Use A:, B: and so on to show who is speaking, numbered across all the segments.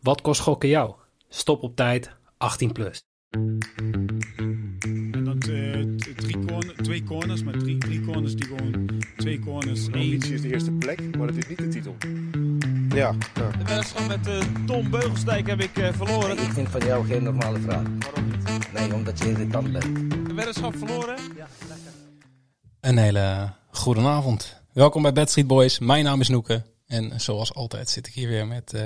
A: Wat kost gokken jou? Stop op tijd, 18 plus.
B: En dat eh, t- drie corner, twee corners, maar drie, drie corners die gewoon twee corners.
C: De ambitie is de eerste plek, maar dat is niet de titel. Ja, ja.
D: De wedstrijd met eh, Tom Beugelsdijk heb ik eh, verloren.
E: Ik vind van jou geen normale vraag. Nee, omdat je irritant bent.
D: De wedstrijd verloren.
F: Een hele goede avond. Welkom bij Bad Street Boys. Mijn naam is Noeke. En zoals altijd zit ik hier weer met eh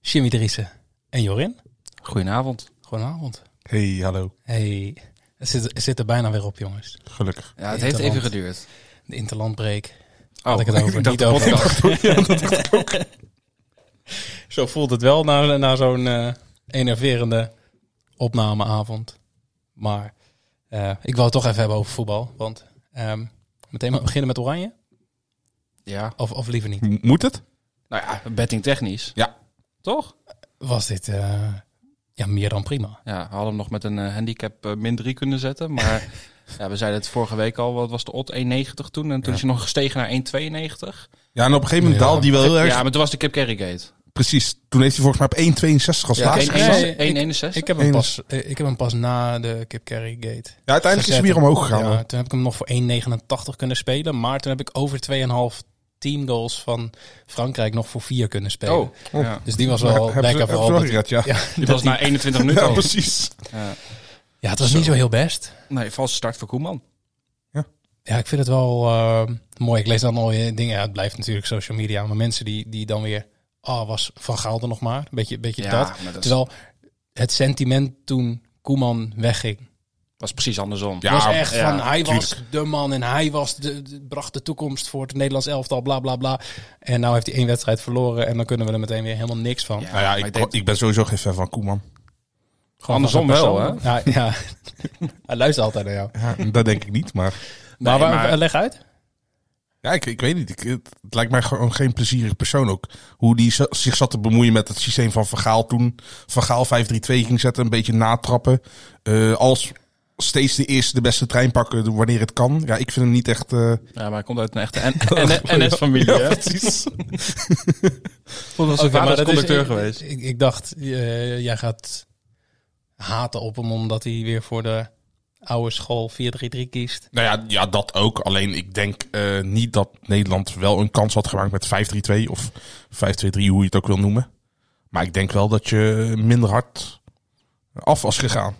F: Jimmy Driessen en Jorin.
G: Goedenavond.
F: Goedenavond.
H: Hey, hallo.
F: Hey, het zit, het zit er bijna weer op, jongens.
H: Gelukkig.
G: Ja, het
F: Interland.
G: heeft even geduurd.
F: De interlandbreek.
G: Oh,
F: had ik het over. niet over. Zo voelt het wel na, na zo'n eh, enerverende opnameavond. Maar eh, ik wil het toch even hebben over voetbal. Want ehm, meteen maar beginnen met Oranje.
G: Ja.
F: Of, of liever niet.
H: M- Moet het?
G: Nou ja, betting technisch.
H: Ja.
G: Toch?
F: Was dit eh, ja, meer dan prima.
G: Ja, we hadden hem nog met een eh, handicap eh, min 3 kunnen zetten. Maar ja, we zeiden het vorige week al. Wat was de odd 1,90 toen? En toen is hij nog gestegen naar 1,92.
H: Ja, en op een gegeven moment
F: Ja.
H: daalde die wel heel erg.
G: Ja, maar toen was de Kip Kerrygate.
H: Precies. Toen heeft hij volgens mij op 1,62 als
G: Ja,
H: laatste
G: 1,61.
H: gestaan.
F: Nee, Ik heb hem pas, eh, ik heb hem pas na de Kip Carry Gate.
H: Ja, uiteindelijk is hij weer omhoog gegaan.
F: Ja,
H: hoor.
F: toen heb ik hem nog voor 1,89 kunnen spelen. Maar toen heb ik over 2,5 teamgoals van Frankrijk nog voor 4 kunnen spelen.
G: Oh, ja.
F: Dus die was
H: Maar
F: wel
H: hebben ze-
F: lekker
H: hebben ze
F: vooral.
H: wel
F: dat-
H: gered, ja.
F: Ja,
G: Die was na 21 minuten.
H: Ja,
G: al.
H: precies.
G: Ja.
F: ja, het was niet zo heel best.
G: Nee, valse start voor Koeman.
F: Ja, ik vind het wel eh, mooi. Ik lees dan mooie dingen. Ja, het blijft natuurlijk social media. Maar mensen die, die dan weer... Ah, was Van Gaal er nog maar? Beetje, beetje
G: Ja,
F: dat.
G: maar dat is-
F: Terwijl het sentiment toen Koeman wegging...
G: Was precies andersom.
H: Ja,
F: was echt
G: ja,
F: van, hij was de man en hij was de, de- bracht de toekomst voor het Nederlands elftal, bla bla bla. En nou heeft hij één wedstrijd verloren en dan kunnen we er meteen weer helemaal niks van.
G: Ja,
H: Nou ja,
G: maar
H: ik,
G: ik deed-
H: ik ben sowieso geen fan van Koeman.
F: Gewoon
G: andersom
F: van zijn
G: wel,
F: persoon. Ja, ja. hij luistert altijd naar jou.
H: Ja, dat denk ik niet, maar...
F: maar, waar-
G: maar-
F: leg uit.
H: Ja, ik, ik weet niet. Ik, het het lijkt mij gewoon geen plezierig persoon ook. Hoe die z- zich zat te bemoeien met het systeem van Vergaal toen. Vergaal 5-3-2 ging zetten, een beetje natrappen. Eh, als steeds de eerste, de beste trein pakken wanneer het kan. Ja, ik vind hem niet echt... eh,
G: Ja, maar hij komt uit een echte NS-familie.
H: Ja,
G: hè?
H: precies.
G: Volgens
F: Oké,
G: zijn vader is
F: dat is-
G: conducteur
F: ik-
G: geweest.
F: Ik, ik dacht, eh, jij gaat haten op hem omdat hij weer voor de oude school 4-3-3 kiest.
H: Nou ja, ja, dat ook. Alleen ik denk eh, niet dat Nederland wel een kans had gemaakt met 5-3-2 of 5-2-3, hoe je het ook wil noemen. Maar ik denk wel dat je minder hard af was gegaan.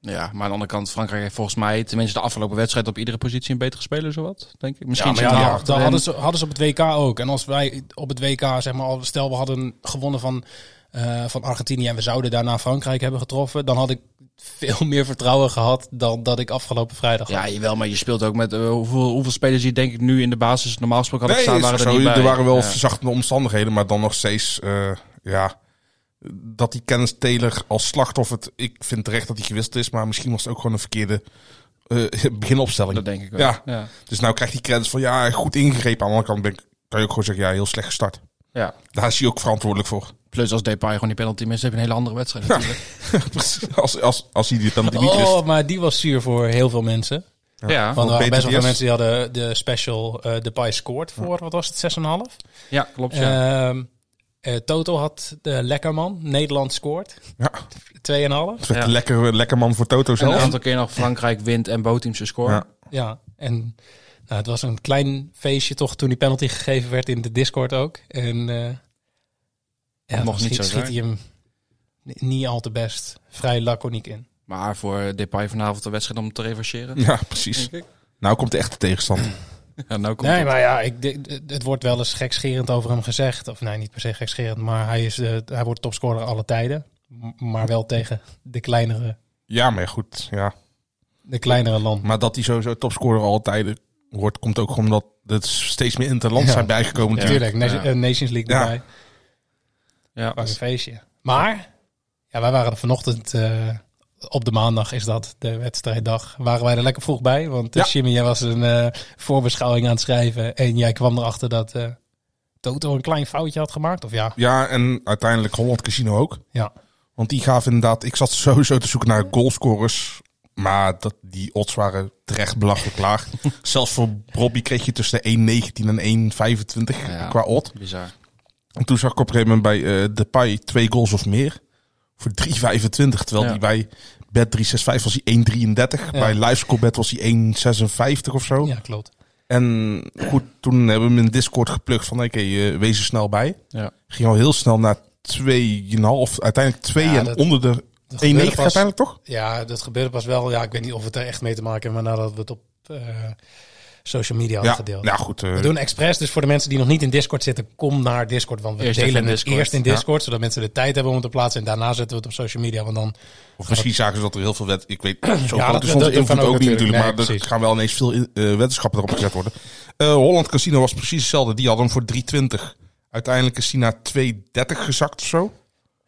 G: Ja, maar aan de andere kant, Frankrijk heeft volgens mij, tenminste de afgelopen wedstrijd, op iedere positie een betere speler, zowat, denk ik. Misschien
F: Ja,
G: zit hij
F: maar ja,
G: achterin.
F: dat hadden ze, hadden ze op het WK ook. En als wij op het WK, zeg maar, al- stel we hadden gewonnen van, eh, van Argentinië en we zouden daarna Frankrijk hebben getroffen, dan had ik veel meer vertrouwen gehad dan dat ik afgelopen vrijdag had.
G: Ja, jawel, maar je speelt ook met eh, hoeveel, hoeveel spelers die denk ik nu in de basis normaal gesproken hadden
H: Nee,
G: staan, waren
H: is
G: er
H: zo.
G: niet bij.
H: er waren wel
G: Ja.
H: verzachtende omstandigheden, maar dan nog steeds, eh, ja, dat die Kenneth Taylor als slachtoffer, het- ik vind terecht dat hij gewisseld is, maar misschien was het ook gewoon een verkeerde eh, beginopstelling.
G: Dat denk ik wel.
H: Ja.
G: ja.
H: Dus nou krijgt hij credits van, ja, goed ingegrepen. Aan de andere kant ben ik- kan je ook gewoon zeggen, ja, heel slecht gestart.
G: Ja.
H: Daar is hij ook verantwoordelijk voor.
G: Plus als Depay gewoon die penalty mist, heb je een hele andere wedstrijd natuurlijk.
H: als, als, als hij dit dan niet wist.
F: Oh, maar die was zuur voor heel veel mensen.
G: Ja, ja.
F: Want er waren
H: Beter
F: best wel veel
H: die
F: mensen die hadden de special eh de pie scoort voor, wat was het, 6,5?
G: klopt. Ja.
F: Ehm eh, Toto had de Lekkerman, Nederland scoort,
H: Ja,
F: 2,5.
H: het werd
G: Ja.
H: een lekker, lekker man voor Toto
G: en Dus een
H: zelf.
G: aantal keer nog Frankrijk wint en Boteamse score.
H: Ja.
F: Ja, en nou, het was een klein feestje toch toen die penalty gegeven werd in de Discord ook. En eh ja, dan
G: mocht niet
F: schiet,
G: zo
F: schiet
G: zijn.
F: hij hem ni- niet al te best. Vrij laconiek in.
G: Maar voor Depay vanavond de wedstrijd om te reverseren.
H: Ja, precies. Nou komt de echte tegenstander.
G: Ja, nou komt
F: Nee,
G: het.
F: maar ja, ik, denk- het- het wordt wel eens gekscherend over hem gezegd. Of nee, niet per se gekscherend, maar hij, is, de- hij wordt topscorer alle tijden. M- Maar wel tegen de kleinere,
H: Ja, maar goed. Ja.
F: de kleinere land.
H: Maar dat hij sowieso topscorer al tijden wordt, komt ook omdat er steeds meer interland
F: Ja.
H: zijn bijgekomen.
G: Ja.
H: natuurlijk.
F: Natuurlijk, Na-
G: Ja.
F: eh, Nations League
H: Ja.
F: erbij.
G: Ja.
F: was een feestje. Maar, ja, wij waren er vanochtend, eh, op de maandag is dat, de wedstrijddag, waren wij er lekker vroeg bij. Want eh,
H: Ja.
F: Jimmy, jij was een eh, voorbeschouwing aan het schrijven en jij kwam erachter dat eh, Toto een klein foutje had gemaakt. Of ja,
H: Ja, en uiteindelijk Holland Casino ook.
F: ja.
H: Want die gaven inderdaad... Ik zat sowieso te zoeken naar goalscorers. Maar dat, die odds waren terecht belachelijk laag. Zelfs voor Robbie kreeg je tussen de 1,19 en 1,25
G: Ja.
H: qua odd.
G: Bizar.
H: En toen zag ik op een gegeven moment bij eh Depay twee goals of meer. Voor 3,25. Terwijl
G: Ja.
H: die bij bet 365 was hij 1,33.
F: Ja.
H: Bij Livescore bet was hij 1,56 of zo.
G: Oh.
F: Ja, klopt.
H: En goed, toen hebben we hem in Discord geplukt van oké, eh, wees er snel bij.
G: Ja.
H: Ging al heel snel naar 2,5. Uiteindelijk 2
F: Ja,
H: en
F: dat-
H: onder de 1,90
F: Dat gebeurde pas-
H: uiteindelijk toch?
F: Ja, dat gebeurde pas wel. Ja, ik weet niet of het er echt mee te maken heeft, maar nadat we het op eh, social media hadden
H: Ja,
F: gedeeld.
H: nou goed. eh,
F: We doen expres, dus voor de mensen die nog niet in Discord zitten, kom naar Discord. Want we
G: Eerst even
F: delen
G: in
F: het
G: Discord,
F: eerst in
G: ja.
F: Discord, zodat mensen de tijd hebben om het te plaatsen. En daarna zetten we het op social media, want dan
H: Of misschien zagen ze dat er heel veel wet. Ik weet, zo
F: Ja,
H: groot
F: dat-
H: is onze
F: dat- dat kan
H: invloed
F: ook
H: ook
F: natuurlijk.
H: niet natuurlijk.
F: Nee,
H: maar er
F: precies.
H: gaan wel ineens veel eh, wetenschappen erop gezet worden. Eh, Holland Casino was precies hetzelfde. Die hadden hem voor 3,20. Uiteindelijk is hij naar 2,30 gezakt of zo.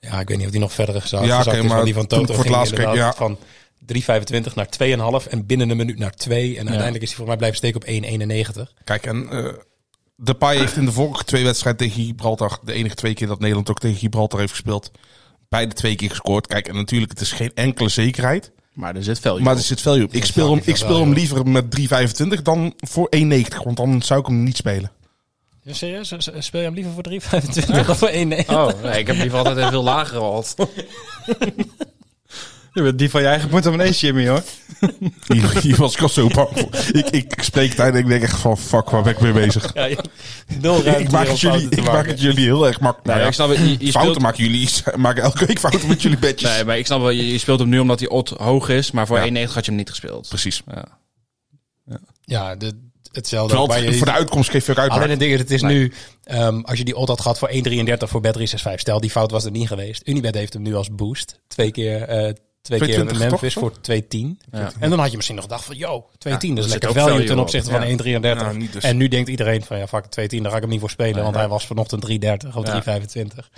F: Ja, ik weet niet of die nog verder gezakt
H: Ja,
F: gezakt
H: oké,
F: is. Maar
H: maar
F: die dus van
H: toen
F: Toto
H: ik voor het
F: ging
H: laatst keek,
F: inderdaad
H: ja.
F: van 3,25 naar 2,5 en binnen een minuut naar 2. En uiteindelijk is hij voor mij blijven steken op 1,91.
H: Kijk, en eh Depay heeft in de vorige twee wedstrijden tegen Gibraltar... de enige twee keer dat Nederland ook tegen Gibraltar heeft gespeeld... beide twee keer gescoord. Kijk, en natuurlijk, het is geen enkele zekerheid.
G: Maar er zit value
H: Maar
G: op.
H: er zit value op. Ik speel hem, ik speel hem liever met 3,25 dan voor 1,90. Want dan zou ik hem niet spelen.
F: Ja, serieus? Speel je hem liever voor 3,25 dan voor 1,90?
G: Oh, nee, ik heb liever altijd een veel lager gehad. Je bent die van je eigen portemonnee, Jimmy, hoor.
H: Hier, hier was ik al zo bang voor. Ik, ik spreek tijd en ik denk echt van fuck, waar ben ik mee bezig?
F: Ja, ja.
G: Nou
F: Nul ruimte
H: Ik maak,
F: hier om fouten
H: het jullie,
F: te
H: ik maak
F: maken.
H: het jullie heel erg makkelijk.
G: Nee,
H: Nou ja,
G: ik snap het. Je, je
H: fouten
G: speelt,
H: maken jullie. Ze maken elke week fouten met jullie bedjes.
G: nee, maar ik snap wel, je, je speelt hem nu omdat die odd hoog is, maar voor
H: Ja.
G: 1,90 had je hem niet gespeeld.
H: Precies.
G: Ja.
F: Ja, de, hetzelfde.
H: Terwijl
F: ook waar
H: het-
F: je-
H: voor de uitkomst geef je ook uit.
F: Alleen
H: maar-
F: het ding is, het is nu, ehm, als je die odd had gehad voor 1,33 voor bet 365, stel die fout was er niet geweest. Unibet heeft hem nu als boost. Twee keer, eh twee keer
H: 2,20
F: Memphis
H: toch?
F: voor 2,10.
G: Ja.
F: En dan had je misschien nog gedacht van, yo, 2,10, dat
G: er
F: is
G: zit
F: lekker
G: ook
F: value
G: value
F: ten
G: op.
F: opzichte
G: Ja.
F: van 1,33.
H: Ja, niet dus.
F: En nu denkt iedereen van, ja fuck, 2,10, daar ga ik hem niet voor spelen, want hij was vanochtend 3,30 of
G: Ja.
F: 3,25.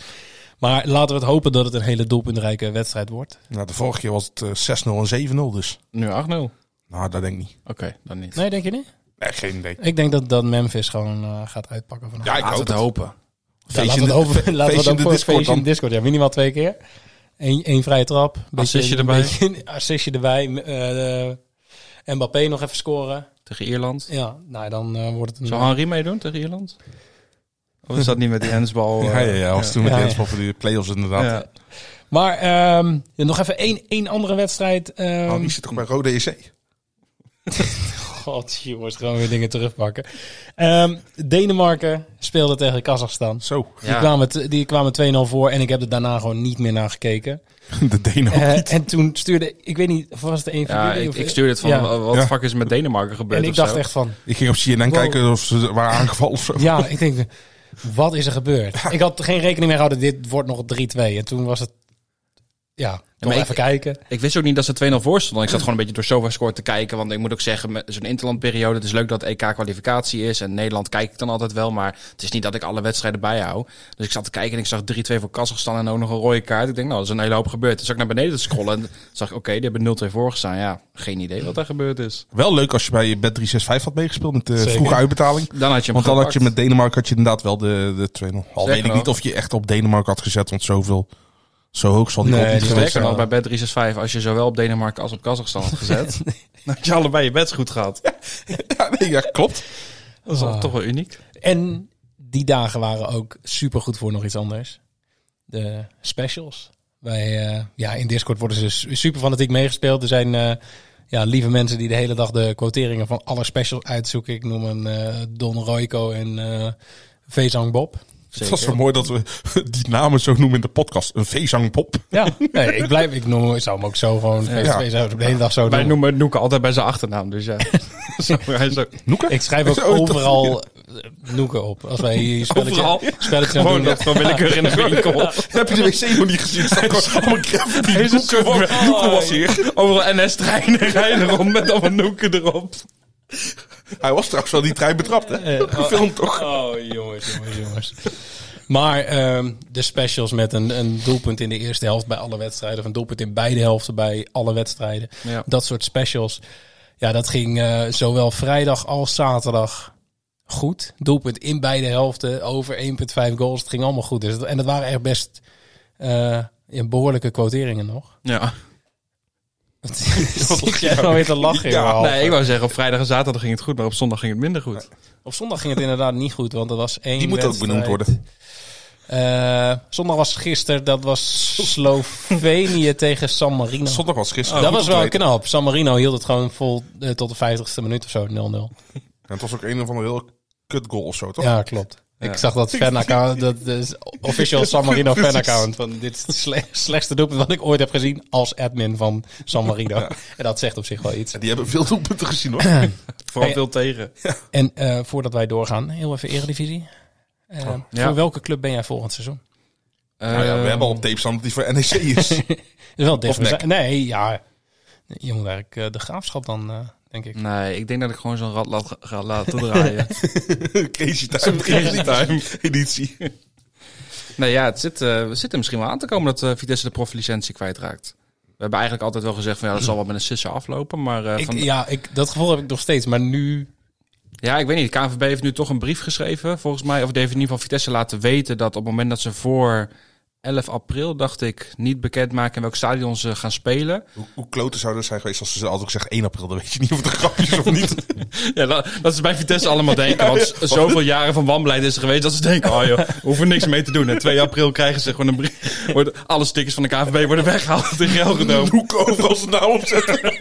F: Maar laten we het hopen dat het een hele doelpuntrijke wedstrijd wordt.
H: Nou, de vorige keer was het eh, 6-0 en 7-0 dus.
G: Nu 8-0. Oké,
H: Nou, dat denk ik niet.
G: dan niet.
F: Nee, denk je niet?
H: Nee, geen idee.
F: Ik denk dat, dat Memphis gewoon eh, gaat uitpakken vanavond.
H: Ja, ik
G: Laten
H: hoop
G: we het
H: het.
G: hopen.
F: Ja,
H: Feestje
F: laten
H: in
F: we
H: de-
F: het over, laten we
H: feestje
F: het
H: in
F: ook
H: de
F: voor een
H: Discord
F: feestje in
H: dan.
F: de Discord. Ja, minimaal twee keer. Eén één vrije trap.
G: Assistje
F: een
G: erbij.
F: Beetje, assistje erbij. eh, eh, Mbappé nog even scoren.
G: Tegen Ierland.
F: Ja, nou dan eh, wordt het een...
G: Zou Henri meedoen tegen Ierland? Of is dat niet met die handsbal?
H: Ja,
G: eh?
H: ja, ja. Was toen met
F: Ja,
H: de
F: ja.
H: Jens voor de play-offs inderdaad.
G: Ja.
F: Maar ehm, ja, nog even één, één andere wedstrijd. ehm.
H: Nou, die zit toch bij Rode EC?
F: God, jongens, gewoon weer dingen terugpakken. Ehm, Denemarken speelde tegen Kazachstan.
H: Zo.
F: Die kwamen, t- die kwamen 2-0 voor en ik heb er daarna gewoon niet meer naar gekeken.
H: De Denen.
F: Eh, en toen stuurde, ik weet niet, of was het een van
G: Ja,
F: jullie
G: ik,
F: of-
G: ik stuurde het van,
F: Ja.
G: eh, wat
H: Ja.
G: de fuck is er met Denemarken gebeurd
F: En ik
G: of
F: dacht
G: zo?
F: echt van,
H: Ik ging op CNN
F: Wow.
H: kijken of ze waren aangevallen of zo.
F: Ja, ik denk, wat is er gebeurd? Ik had geen rekening mee gehouden, dit wordt nog 3-2. En toen was het, ja, toch
G: maar ik-
F: even kijken.
G: Ik wist ook niet dat ze 2-0 voor stonden. Ik zat gewoon een beetje door SofaScore te kijken. Want ik moet ook zeggen, met zo'n interlandperiode... het is leuk dat EK-kwalificatie is. En Nederland kijk ik dan altijd wel. Maar het is niet dat ik alle wedstrijden bijhoud. Dus ik zat te kijken en ik zag 3-2 voor Kazachstan... en ook nog een rode kaart. Ik denk, nou, dat is een hele hoop gebeurd. Toen zag ik naar beneden te scrollen en toen zag ik... oké, die hebben 0-2 voor gestaan. Ja, geen idee wat daar gebeurd is.
H: Wel leuk als je bij Bet365 had meegespeeld met de
F: Zeker.
H: vroege uitbetaling.
G: Dan had je hem
H: Want dan had je met
G: gepakt.
H: Denemarken had je inderdaad wel de, de 2-0. Al
G: Zeker
H: weet ik
G: wel.
H: niet of je echt op Denemarken had gezet, want zoveel, zo hoog zal die
F: Nee,
H: ook niet
F: die
H: geweest
G: Sterker nog,
H: zijn.
G: bij Bet365... als je zowel op Denemarken als op Kazachstan had gezet... dan had je allebei je bets goed gehad.
H: Ja, nee, ja, klopt.
G: Dat is
F: Ah.
G: toch wel uniek.
F: En die dagen waren ook supergoed voor nog iets anders. De specials. Wij, eh, ja, in Discord worden ze su- super fanatiek meegespeeld. Er zijn eh, ja, lieve mensen die de hele dag de quoteringen van alle specials uitzoeken. Ik noem een eh, Don Royco en eh Vezang Bob.
H: Het was wel mooi dat we die namen zo noemen in de podcast. Een Vezangpop.
F: Ja, nee, ik blijf, ik noem, ik zou hem ook zo gewoon
H: Ja.
F: Vezang de hele dag zo
G: Wij
F: noemen.
G: noemen Noeke altijd bij zijn achternaam, dus ja. Zo, hij is ook-
H: Noeke?
F: Ik schrijf ook
H: Zo, dat-
F: overal eh, noeken op. Als wij hier spelletje,
G: Overal?
F: spelletje aan
G: gewoon
F: doen.
G: dat van willekeur in de winkel.
H: Heb je de wc nog niet gezien? Staat gewoon allemaal graffiti.
G: Deze
H: Noeke was-
G: soort-
H: Noeke was hier.
G: Overal NS-treinen rijden erom met allemaal Noeken erop.
H: Hij was trouwens wel die trein betrapt, hè? Gefilmd toch?
F: Oh, jongens, jongens, jongens. Maar ehm, de specials met een, een doelpunt in de eerste helft bij alle wedstrijden. Of een doelpunt in beide helften bij alle wedstrijden.
G: Ja.
F: Dat soort specials. Ja, dat ging eh, zowel vrijdag als zaterdag goed. Doelpunt in beide helften. Over 1,5 goals. Het ging allemaal goed. Dus, dat- en dat waren echt best eh, ja, behoorlijke quoteringen nog.
G: Ja.
F: Zit jij nou weer te lachen?
H: Ja,
F: joh, Alf?
G: Nee, ik wou zeggen, op vrijdag en zaterdag ging het goed, maar op zondag ging het minder goed.
F: Op zondag ging het inderdaad niet goed, want er was één
H: Die moet ook
F: wedstrijd.
H: benoemd worden.
F: Eh, zondag was gisteren, dat was Slovenië tegen San Marino.
H: Zondag Oh, was gisteren.
F: dat
H: Goed
F: was
H: om te
F: wel
H: weten.
F: knap. San Marino hield het gewoon vol eh, tot de 50ste minuut of zo, 0-0.
H: En het was ook een of andere heel kut goal of zo, toch?
F: Ja, klopt. Ik zag dat fanaccount, dat is official San Marino
H: Precies.
F: fanaccount. Van dit is het sle- slechtste doelpunt wat ik ooit heb gezien als admin van San Marino. En dat zegt op zich wel iets.
H: Die hebben veel doelpunten gezien, hoor.
G: Vooral
F: Hey.
G: veel tegen.
F: En eh, voordat wij doorgaan, heel even Eredivisie. Eh,
G: Ja.
F: Voor welke club ben jij volgend seizoen?
G: Eh,
H: Nou ja, we hebben al een tape staan dat die voor NEC is.
F: Dat is wel
H: Mac.
F: different. Nee, ja. Je moet eigenlijk eh, de graafschap dan, eh, denk ik.
G: Nee, ik denk dat ik gewoon zo'n rat laat- ga laten draaien.
H: Crazy time. Crazy time. Editie.
G: nou ja, het zit, eh, we zitten misschien wel aan te komen dat eh, Vitesse de proflicentie kwijtraakt. We hebben eigenlijk altijd wel gezegd van ja, dat zal wel met een sisser aflopen. Maar eh,
F: Ik-
G: van,
F: ja, ik, dat gevoel heb ik nog steeds. Maar nu...
G: Ja, ik weet niet. De KNVB heeft nu toch een brief geschreven, volgens mij. Of die heeft in ieder geval Vitesse laten weten dat op het moment dat ze voor 11 april, dacht ik, niet bekendmaken in welk stadion ze gaan spelen.
H: Hoe, hoe kloten zou dat zijn geweest als ze altijd ook zeggen 1 april? Dan weet je niet of het een grapje is of niet.
G: Ja, dat, dat is bij Vitesse allemaal denken. Want z- zoveel jaren van wanbeleid is er geweest dat ze denken, oh joh, we hoeven niks mee te doen. En 2 april krijgen ze gewoon een brief. Worden, alle stickers van de KNVB worden weggehaald in geld genomen.
H: Hoek overal zijn naam nou opzetten.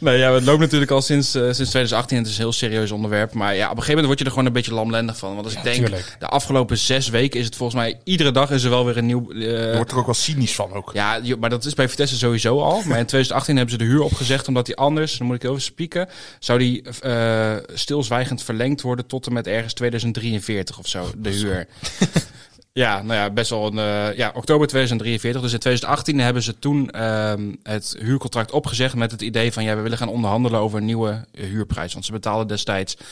G: Nee, ja, het loopt natuurlijk al sinds, eh, sinds 2018 en het is een heel serieus onderwerp. Maar ja, op een gegeven moment word je er gewoon een beetje lamlendig van. Want als ik denk,
F: tuurlijk.
G: de afgelopen zes weken is het volgens mij... Iedere dag is er wel weer een nieuw... eh,
H: Je wordt er ook wel cynisch van ook.
G: ja, je- maar dat is bij Vitesse sowieso al. Maar in 2018 hebben ze de huur opgezegd omdat die anders, dan moet ik heel even spieken, zou die eh, stilzwijgend verlengd worden tot en met ergens 2043 of zo, de huur. Ja, nou ja, best wel een... eh, ja, oktober 2043. Dus in 2018 hebben ze toen ehm, het huurcontract opgezegd met het idee van... ja, we willen gaan onderhandelen over een nieuwe eh, huurprijs. Want ze betaalden destijds 2,15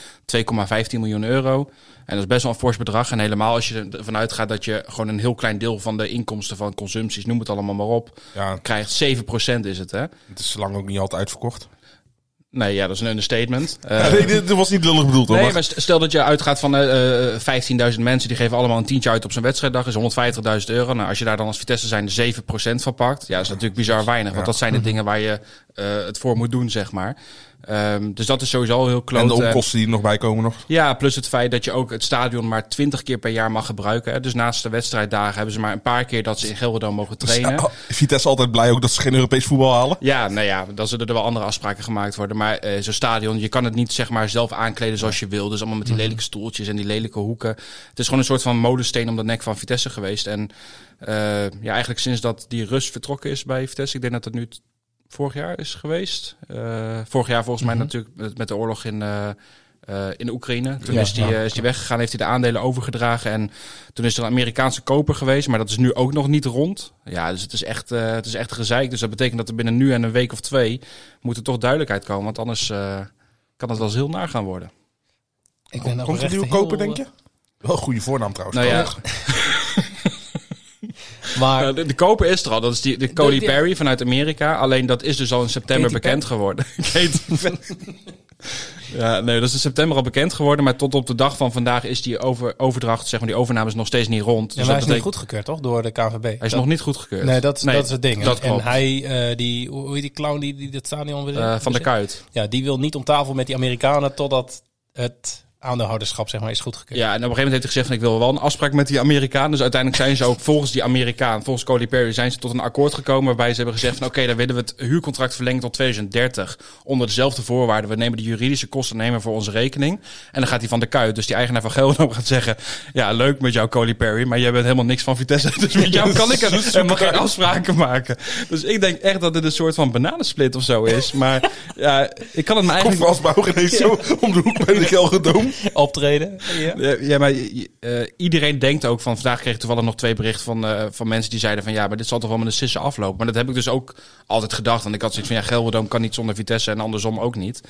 G: miljoen euro. En dat is best wel een fors bedrag. En helemaal als je ervan uitgaat dat je gewoon een heel klein deel van de inkomsten van consumpties... noem het allemaal maar op,
H: Ja,
G: krijgt 7% is het, hè?
H: het is lang ook niet altijd uitverkocht.
G: Nee, ja, dat is een understatement. Eh,
H: Ja, nee, dit, dit was niet lullig bedoeld hoor.
G: Nee,
H: maar-
G: maar st- stel dat je uitgaat van eh, eh, 15.000 mensen, die geven allemaal een tientje uit op zijn wedstrijddag, is 150.000 euro. Nou, als je daar dan als Vitesse zijn de 7% van pakt, ja, is natuurlijk bizar weinig. Want dat zijn
H: Mhm.
G: de dingen waar je eh, het voor moet doen, zeg maar. Ehm, dus dat is sowieso al heel kloot.
H: en de
G: Eh,
H: onkosten die er nog bij komen nog.
G: ja, plus het feit dat je ook het stadion maar 20 keer per jaar mag gebruiken. Hè. Dus naast de wedstrijddagen hebben ze maar een paar keer dat ze in Gelderdoom mogen trainen.
H: Ja, oh, Vitesse altijd blij ook dat ze geen Europees voetbal halen.
G: Ja, nou ja, dan zullen er wel andere afspraken gemaakt worden. Maar eh, zo'n stadion, je kan het niet zeg maar zelf aankleden zoals je wil. Dus allemaal met die lelijke stoeltjes en die lelijke hoeken. Het is gewoon een soort van molensteen om de nek van Vitesse geweest. En eh, ja, eigenlijk sinds dat die Rus vertrokken is bij Vitesse, ik denk dat dat nu t- vorig jaar is geweest. Eh, vorig jaar volgens mij natuurlijk met, met de oorlog in, eh, eh, in de Oekraïne. Toen
F: Ja,
G: is die,
F: ja.
G: eh, is die weggegaan, heeft hij de aandelen overgedragen. En toen is er een Amerikaanse koper geweest, maar dat is nu ook nog niet rond. Ja, dus het is echt, eh, het is echt gezeik. Dus dat betekent dat er binnen nu en een week of twee moet er toch duidelijkheid komen. Want anders eh, kan het wel eens heel naar gaan worden.
F: Ik
H: Komt er een nieuwe koper, denk
F: eh,
H: je? Wel een goede voornaam trouwens.
G: Nou ja,
F: Maar
G: eh, de, de koper is er al. Dat is die, de Cody
F: De- die-
G: Perry vanuit Amerika. Alleen dat is dus al in september
F: Katy
G: bekend geworden. Katy Perry. ja, nee, dat is in september al bekend geworden. Maar tot op de dag van vandaag is die over, overdracht, zeg maar, die overname is nog steeds niet rond. Dus
F: ja, maar
G: dat
F: hij is niet
G: betekent-
F: goedgekeurd, toch? Door de KVB.
G: Hij is nog niet goedgekeurd.
F: Nee, dat, dat is het ding.
G: Dat
F: en
G: klopt.
F: hij, eh, die, hoe hoe heet die clown die, die dat stadion wil
G: Eh, van der Kuit.
F: Ja, die wil niet om tafel met die Amerikanen totdat het aandeelhouderschap zeg maar, is goedgekeurd.
G: Ja, en op een gegeven moment heeft hij gezegd van ik wil wel een afspraak met die Amerikaan. Dus uiteindelijk zijn ze ook volgens die Amerikaan, volgens Cody Perry, zijn ze tot een akkoord gekomen waarbij ze hebben gezegd van oké, dan willen we het huurcontract verlengen tot 2030 onder dezelfde voorwaarden. We nemen de juridische kosten nemen we voor onze rekening. En dan gaat hij van de kuit, dus die eigenaar van Gelderland gaat zeggen ja, leuk met jou Cody Perry, maar jij bent helemaal niks van Vitesse. Dus met jou kan ik er helemaal geen afspraken maken. Dus ik denk echt dat dit een soort van bananensplit of zo is. Maar ja, ik kan het me
H: Komt
G: eigenlijk...
H: Frans ineens zo om de hoek bij de Gelderdoom.
F: Optreden. Ja.
G: Ja, ja, maar je- je- eh, iedereen denkt ook van... Vandaag kreeg ik toevallig nog twee berichten van, eh, van mensen die zeiden van... Ja, maar dit zal toch wel met een sissen aflopen. Maar dat heb ik dus ook altijd gedacht. Want ik had zoiets van... Ja, Gelderdoom kan niet zonder Vitesse en andersom ook niet.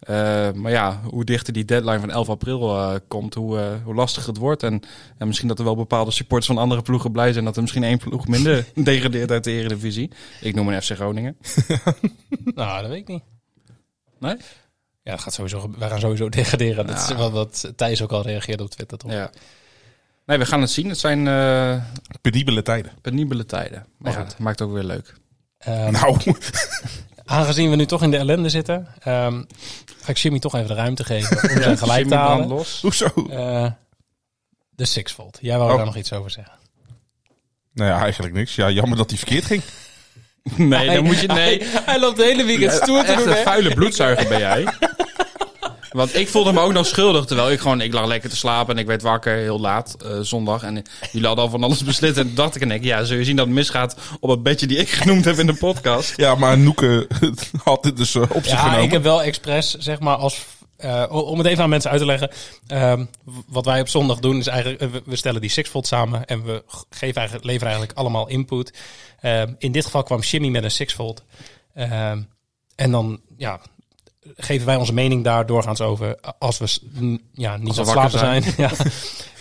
G: Eh, maar ja, hoe dichter die deadline van 11 april eh, komt... Hoe, eh, hoe lastig het wordt. En, en misschien dat er wel bepaalde supporters van andere ploegen blij zijn... dat er misschien één ploeg minder degradeert uit de Eredivisie. Ik noem een FC Groningen.
F: Nou, dat weet ik niet.
G: Nee?
F: Ja, dat gaat sowieso, gebe- wij gaan sowieso degraderen. Dat is
G: Ja.
F: wel wat Thijs ook al reageerde op Twitter, toch?
G: Ja. Nee, we gaan het zien. Het zijn eh
H: Penibele tijden.
G: penibele tijden. Maar
F: Ja.
G: goed, maakt het ook weer leuk.
F: Ehm,
H: Nou,
F: aangezien we nu toch in de ellende zitten, ehm, ga ik Jimmy toch even de ruimte geven om zijn gelijk te
G: Jimmy Brand
F: halen.
G: los.
H: hoezo?
F: Eh, de Sixfold. Jij wou
H: Oh.
F: daar nog iets over zeggen.
H: Nou ja, eigenlijk niks. Ja, jammer dat die verkeerd ging.
G: Nee, dan moet je... Nee,
F: Hij, hij loopt de hele weekend stoer te
G: echt
F: doen.
G: een
F: hè?
G: vuile bloedzuiger ben jij. Want ik voelde me ook nog schuldig, terwijl ik gewoon... Ik lag lekker te slapen en ik werd wakker, heel laat, eh, zondag. En jullie hadden al van alles beslist. En toen dacht ik, en ik, ja, zul je zien dat het misgaat op het bedje die ik genoemd heb in de podcast.
H: Ja, maar Noeke had dit dus eh, op zich
F: Ja,
H: genomen.
F: ik heb wel expres, zeg maar, als. eh, om het even aan mensen uit te leggen. ehm, wat wij op zondag doen is eigenlijk. eh, we- we stellen die Sixfold samen. En we g- geven eigenlijk, leveren eigenlijk allemaal input. Ehm, in dit geval kwam Jimmy met een Sixfold. Ehm en dan, ja. Geven wij onze mening daar doorgaans over. Als we s- n- ja, niet
G: we
F: aan het slapen
G: wakker
F: zijn.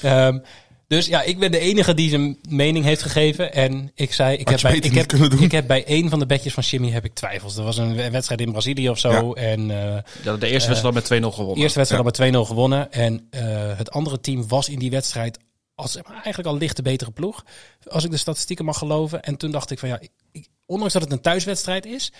F: ja. Ehm, dus ja, ik ben de enige die zijn mening heeft gegeven. En ik zei, ik
H: Had
F: heb,
H: je
F: bij,
H: beter
F: ik,
H: niet
F: heb,
H: kunnen doen.
F: ik heb bij één van de bedjes van Jimmy heb ik twijfels. Er was een w- wedstrijd in Brazilië of zo. En eh,
G: Ja, de eerste wedstrijd had met 2-0 gewonnen.
F: de eerste wedstrijd had met 2-0 gewonnen. En eh, het andere team was in die wedstrijd als, zeg maar, eigenlijk al licht de betere ploeg. Als ik de statistieken mag geloven. En toen dacht ik van ja, ik- ik- ondanks dat het een thuiswedstrijd is,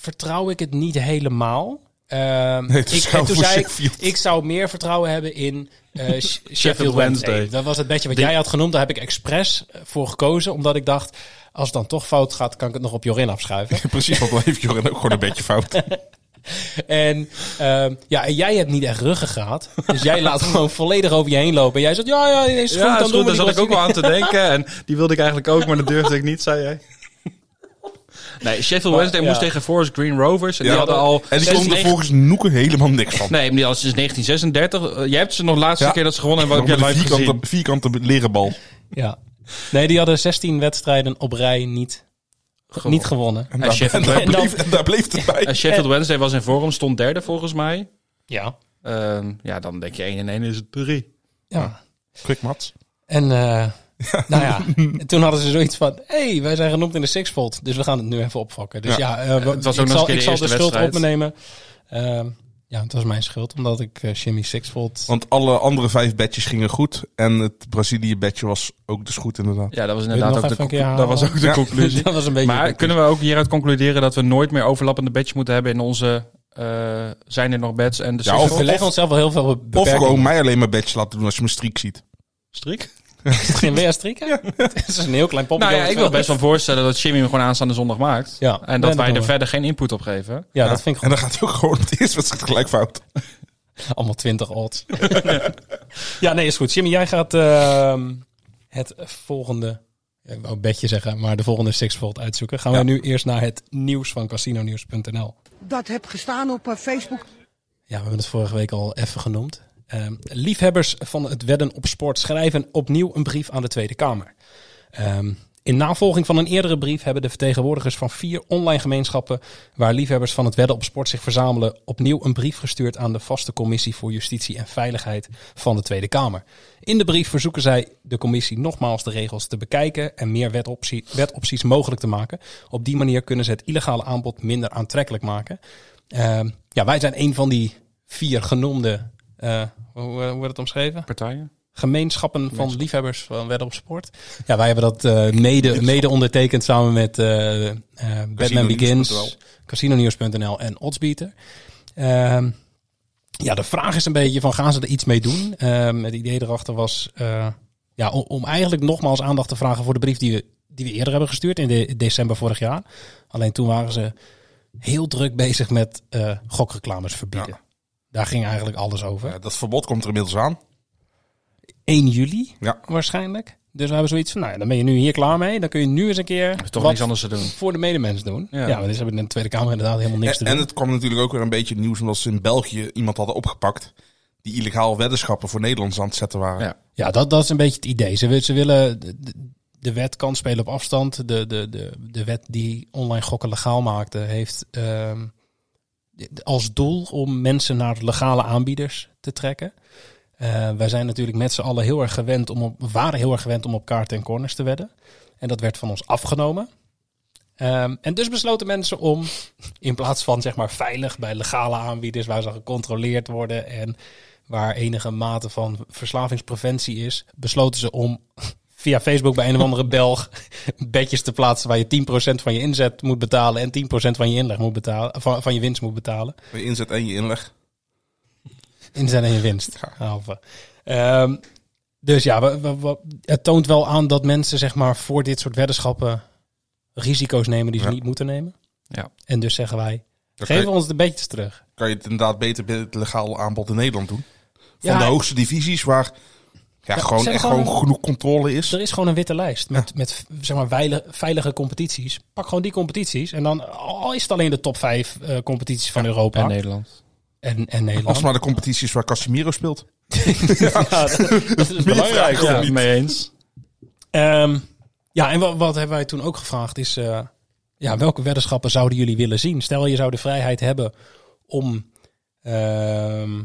F: vertrouw ik het niet helemaal. Ehm,
H: Nee, het is
F: ik,
H: gewoon
F: en toen
H: voor
F: zei ik,
H: Sheffield.
F: ik zou meer vertrouwen hebben in eh, Sh- Sheffield
G: Wednesday.
F: Wednesday. Dat was het bedje wat jij had genoemd. Daar heb ik expres eh, voor gekozen. Omdat ik dacht, als het dan toch fout gaat, kan ik het nog op Jorin afschuiven.
H: Precies, want dan heeft Jorin ook gewoon een beetje fout.
F: En ehm, ja, en jij hebt niet echt ruggengraat. Dus jij laat gewoon volledig over je heen lopen. En jij zegt, ja, ja, is goed,
G: Ja,
F: dan
G: dat is
F: doen
G: goed,
F: we
G: daar
F: die
G: zat ik ook wel
F: Brazilië.
G: aan te denken. En die wilde ik eigenlijk ook, maar dat durfde ik niet, zei jij. Nee, Sheffield Wednesday
F: ja.
G: moest tegen Forest Green Rovers. En
H: Ja.
G: die hadden al...
H: En die
G: zes-
H: kon er
G: negen-
H: volgens Noeke helemaal niks van.
G: Nee, maar die hadden sinds 1936. Eh, jij hebt ze nog de laatste
H: Ja.
G: keer dat ze gewonnen hebben. Wat
H: Nog
G: heb jij
H: met een
G: live gezien?
H: vierkante, vierkante leren bal.
F: Ja. Nee, die hadden 16 wedstrijden op rij niet, niet gewonnen.
H: En
G: En
H: daar,
G: Sheffield-
H: en daar
F: en dan-
H: bleef, en daar bleef het bij.
G: Eh, Sheffield Wednesday was in vorm, stond derde volgens mij.
F: Ja.
G: Ehm, ja, dan denk je 1 en 1 is het 3.
F: ja.
H: Quick Mats.
F: En eh, nou ja, en toen hadden ze zoiets van, hé, hey, wij zijn genoemd in de sixfold. Dus we gaan het nu even opvakken. Dus ja, eh, we-
G: het was ook
F: ik
G: nog eens
F: zal,
G: een
F: ik
G: keer
F: zal
G: de
F: de schuld
G: eerste
F: op me nemen. Ehm, ja, het was mijn schuld, omdat ik eh, Jimmy Sixfold...
H: Want alle andere vijf bedjes gingen goed. En het Brazilië bedje was ook dus goed inderdaad.
G: Ja, dat was
F: Wil je
G: inderdaad
F: nog
G: ook
F: even
G: de,
F: een keer
G: conclu- dat was
F: halen?
G: ook de
H: Ja.
G: conclusie.
F: dat was een beetje...
G: Maar kunnen we ook hieruit concluderen dat we nooit meer overlappende badges moeten hebben in onze... eh, zijn er nog beds en de
H: Ja,
G: Sheffield-
H: of-
F: we leggen onszelf wel heel veel
H: Of
F: beperkingen.
H: gewoon mij alleen maar badge laten doen als je mijn streak ziet.
G: Strik?
F: Geen weer strikken? Het is een heel klein poppetje.
G: Nou ja,
F: op het
G: ik wil
F: veld.
G: best wel voorstellen dat Jimmy hem gewoon aanstaande zondag maakt.
F: Ja,
G: en
F: ja,
G: dat
F: dat
G: wij
F: doen
G: er
F: we.
G: verder geen input op geven.
F: Ja, dat vind ik
H: En
F: goed.
H: dan gaat hij ook gewoon op de eerste wedstrijd gelijk fout.
F: Allemaal 20 odds. ja, nee, is goed. Jimmy, jij gaat ehm, het volgende... Ik wou bedje zeggen, maar de volgende Sixfold uitzoeken. Gaan wij nu eerst naar het nieuws van casinonieuws.nl.
I: dat heb gestaan op eh, Facebook.
F: Ja, we hebben het vorige week al even genoemd. Ehm, liefhebbers van het wedden op sport schrijven opnieuw een brief aan de Tweede Kamer. Ehm, in navolging van een eerdere brief hebben de vertegenwoordigers van vier online gemeenschappen waar liefhebbers van het wedden op sport zich verzamelen, opnieuw een brief gestuurd aan de vaste commissie voor justitie en veiligheid van de Tweede Kamer. In de brief verzoeken zij de commissie nogmaals de regels te bekijken en meer wetoptie- wetopties mogelijk te maken. Op die manier kunnen ze het illegale aanbod minder aantrekkelijk maken. Ehm, ja, wij zijn een van die vier genoemde, eh, hoe, eh, hoe wordt het omschreven?
G: Partijen?
F: Gemeenschappen van liefhebbers van Wedden op Sport. Ja, wij hebben dat eh, mede, mede ondertekend samen met eh eh, Batman Begins,
H: Casinonews.nl.
F: Casinonews.nl en Oddsbeater. Ehm, ja, de vraag is een beetje van gaan ze er iets mee doen? Ehm, het idee erachter was eh, ja, om, om eigenlijk nogmaals aandacht te vragen voor de brief die we, die we eerder hebben gestuurd in de, december vorig jaar. Alleen toen waren ze heel druk bezig met eh, gokreclames verbieden. Daar ging eigenlijk alles over.
H: Ja, dat verbod komt er inmiddels aan.
F: 1 juli
H: Ja.
F: waarschijnlijk. Dus we hebben zoiets van, nou ja, dan ben je nu hier klaar mee. Dan kun je nu eens een keer
G: Is toch
F: wat
G: niks anders te doen.
F: voor de medemens doen. Ja,
G: Ja.
F: want dus hebben in de Tweede Kamer inderdaad helemaal niks
H: En,
F: te
H: en
F: doen.
H: het kwam natuurlijk ook weer een beetje nieuws omdat ze in België iemand hadden opgepakt. Die illegaal weddenschappen voor Nederlanders aan het zetten waren.
G: Ja.
F: Ja, dat, dat is een beetje het idee. Ze, wi- ze willen, de- de, de wet kan spelen op afstand. De, de, de, de wet die online gokken legaal maakte, heeft ehm, als doel om mensen naar legale aanbieders te trekken. Eh, wij zijn natuurlijk met z'n allen heel erg gewend om op, waren heel erg gewend om op kaarten en corners te wedden. En dat werd van ons afgenomen. Ehm, en dus besloten mensen om in plaats van zeg maar veilig bij legale aanbieders waar ze gecontroleerd worden en waar enige mate van verslavingspreventie is, besloten ze om via Facebook bij een of andere Belg bedjes te plaatsen waar je 10% van je inzet moet betalen en 10% van je inleg moet betalen, van, van je winst moet betalen.
H: Je inzet en je inleg.
F: Inzet en je winst. Halve. Ehm, Dus ja, we- we- we- het toont wel aan dat mensen zeg maar, voor dit soort weddenschappen risico's nemen die ze
H: Ja.
F: niet moeten nemen.
G: Ja.
F: En dus zeggen wij,
H: Dan kan
F: geef
H: je,
F: ons de beetjes terug.
H: kan je het inderdaad beter met het legale aanbod in Nederland doen. Van
F: Ja,
H: de hoogste divisies waar ja, gewoon,
F: ze hebben
H: echt gewoon
F: gewoon-
H: genoeg controle is.
F: Er is gewoon een witte lijst met, met zeg maar, weile- veilige competities. Pak gewoon die competities. En dan al is het alleen de top vijf eh, competities van Europa
G: En
F: en,
G: Nederland.
F: en,
H: Als
F: Nederland.
H: het maar de competities waar Casimiro speelt.
F: Ja, dat, dat is belangrijk.
H: vragen we
F: Ja.
H: niet.
G: Mee eens.
F: Ehm, ja, en wat, wat hebben wij toen ook gevraagd is... eh, ja, welke weddenschappen zouden jullie willen zien? Stel, je zou de vrijheid hebben om, ehm,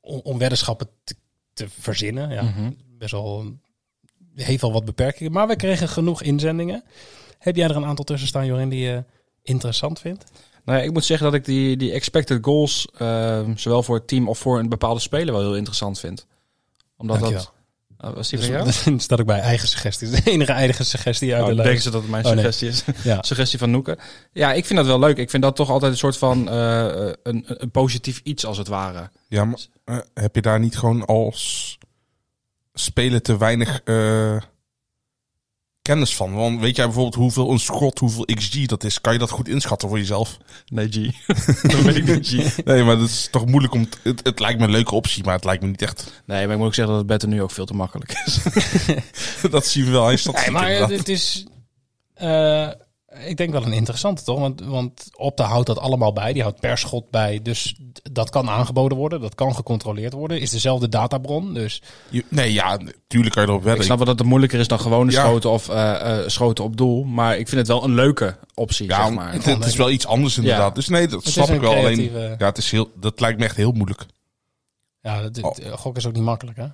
F: om, om weddenschappen te, te verzinnen. Ja,
G: Mhm.
F: Best wel, een- heeft wel wat beperkingen. Maar we kregen genoeg inzendingen. Heb jij er een aantal tussen staan, Jorin, die je interessant vindt?
G: Nou ja, ik moet zeggen dat ik die, die expected goals, ehm, zowel voor het team of voor een bepaalde speler, wel heel interessant vind. Omdat dat... Ah, was die van jou?
F: Dus, dan staat ook bij eigen suggestie. De enige eigen suggestie uit
G: Oh,
F: de lijst.
G: denken ze dat het mijn
F: Oh, nee.
G: suggestie is?
F: Ja.
G: Suggestie van Noeke. Ja, ik vind dat wel leuk. Ik vind dat toch altijd een soort van eh, een, een positief iets als het ware.
H: Ja, maar eh, heb je daar niet gewoon als speler te weinig eh, kennis van? Want weet jij bijvoorbeeld hoeveel een schot, hoeveel XG dat is? Kan je dat goed inschatten voor jezelf?
G: Nee, G. dat weet ik niet, G.
H: Nee, maar dat is toch moeilijk om... t- Het, het lijkt me een leuke optie, maar het lijkt me niet echt...
G: Nee, maar ik moet ook zeggen dat het beter nu ook veel te makkelijk is.
H: Dat zien we wel in
F: Nee,
H: statistieken.
F: maar het,
H: inderdaad.
F: het is. eh, ik denk wel een interessante, toch? Want, want Opta houdt dat allemaal bij. Die houdt per schot bij. Dus d- dat kan aangeboden worden. Dat kan gecontroleerd worden. Is dezelfde databron. Dus
H: Je- nee, ja, tuurlijk kan je erop
G: ik
H: wedden.
G: snap wel dat het moeilijker is dan gewone
H: Ja.
G: schoten of eh, eh, schoten op doel. Maar ik vind het wel een leuke optie,
H: Ja,
G: zeg maar.
H: het, het is wel iets anders inderdaad.
G: Ja.
H: Dus nee, dat
F: Het
H: snap
F: is
H: ik
F: een
H: wel.
F: creatieve-
H: Alleen, ja, het is heel, dat lijkt me echt heel moeilijk.
F: ja, dat-
G: Oh.
F: dat- gok is ook niet makkelijk, hè?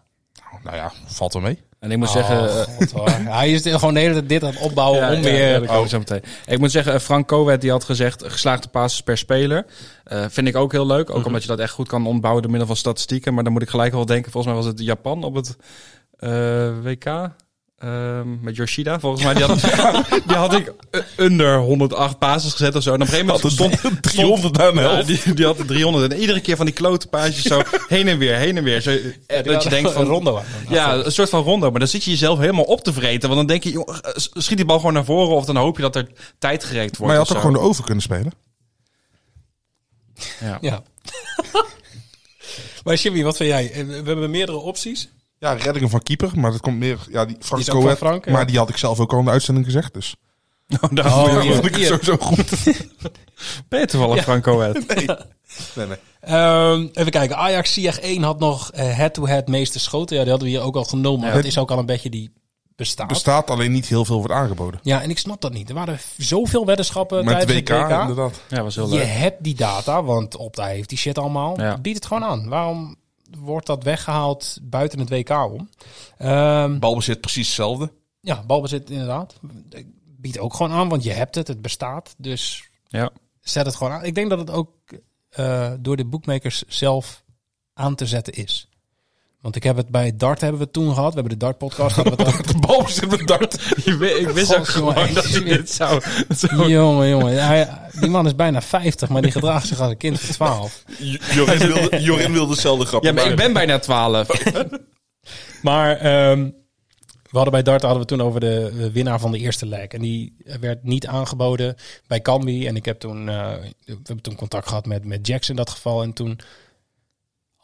F: Oh,
H: Nou ja, valt wel mee.
G: En ik moet zeggen... eh,
F: God, hoor. Hij is de- gewoon de hele tijd dit aan het opbouwen
G: Ja,
F: Oh, om
G: ja,
F: weer...
G: ja, daar komen we zo meteen. Ik moet zeggen, eh, Frank Kowet die had gezegd eh, geslaagde passes per speler. Eh, vind ik ook heel leuk. Ook omdat je dat echt goed kan ontbouwen door middel van statistieken. Maar dan moet ik gelijk wel denken, volgens mij was het Japan op het eh, WK. ehm, met Yoshida, volgens mij. Die had, die had ik eh, onder 108 basis gezet of zo. En op een gegeven moment stond, stond-
H: 300 aan de
G: Ja,
H: helft.
G: die, die had er 300. En iedere keer van die klote paasjes zo heen en weer, heen en weer. Zo, eh, dat je denkt van...
F: Rondo.
G: Ja, een soort van rondo. Maar dan zit je jezelf helemaal op te vreten. Want dan denk je, joh, eh, schiet die bal gewoon naar voren. Of dan hoop je dat er tijd gereekt wordt.
H: Maar je
G: of
H: had ook
G: zo.
H: gewoon de over kunnen spelen.
F: Ja. maar Jimmy, wat vind jij? Eh, We hebben meerdere opties.
H: Ja, reddingen van keeper, maar dat komt meer... Ja, die Frank
F: is ook van
H: Coët,
F: Frank, ja.
H: maar die had ik zelf ook al in de uitzending gezegd, dus...
G: Oh, daar
F: Oh,
H: dat
F: hier.
H: vond ik het sowieso goed.
G: ben je toevallig Franco uit.
H: Nee, nee.
F: Ehm, even kijken. Ajax Sieg 1 had nog eh, head-to-head meeste schoten. Ja, die hadden we hier ook al genomen.
H: Ja.
F: Dat is ook al een beetje die bestaat.
H: Er staat alleen niet heel veel wordt aangeboden.
F: Ja, en ik snap dat niet. Er waren zoveel weddenschappen
H: Met
F: tijdens
H: WK,
F: het WK.
H: inderdaad.
G: Ja, was heel
F: Je
G: leuk.
F: hebt die data, want Opta heeft die shit allemaal.
G: Ja.
F: Bied het gewoon aan. Waarom wordt dat weggehaald buiten het WK om? Ehm,
H: Balbezit precies hetzelfde.
F: ja, balbezit inderdaad. Bied ook gewoon aan, want je hebt het. Het bestaat. Dus
G: Ja.
F: zet het gewoon aan. Ik denk dat het ook eh, door de boekmakers zelf aan te zetten is. Want ik heb het bij Dart hebben we het toen gehad. We hebben de Dart podcast.
H: De balbezit met dart.
G: Je weet- ik wist
F: God,
G: ook gewoon
F: jongen.
G: dat hij dit zou... zou-
F: jongen, jongen. Hij- die man is bijna 50, maar die gedraagt zich als een kind van 12.
H: Jorin wilde, Jorin wilde hetzelfde grap.
G: Ja, maar ik ben bijna 12.
F: Maar ehm, we hadden bij Dart hadden we toen over de eh, winnaar van de eerste leg. En die werd niet aangeboden bij Cambi. En ik heb toen, eh, we hebben toen contact gehad met, met Jackson in dat geval. En toen.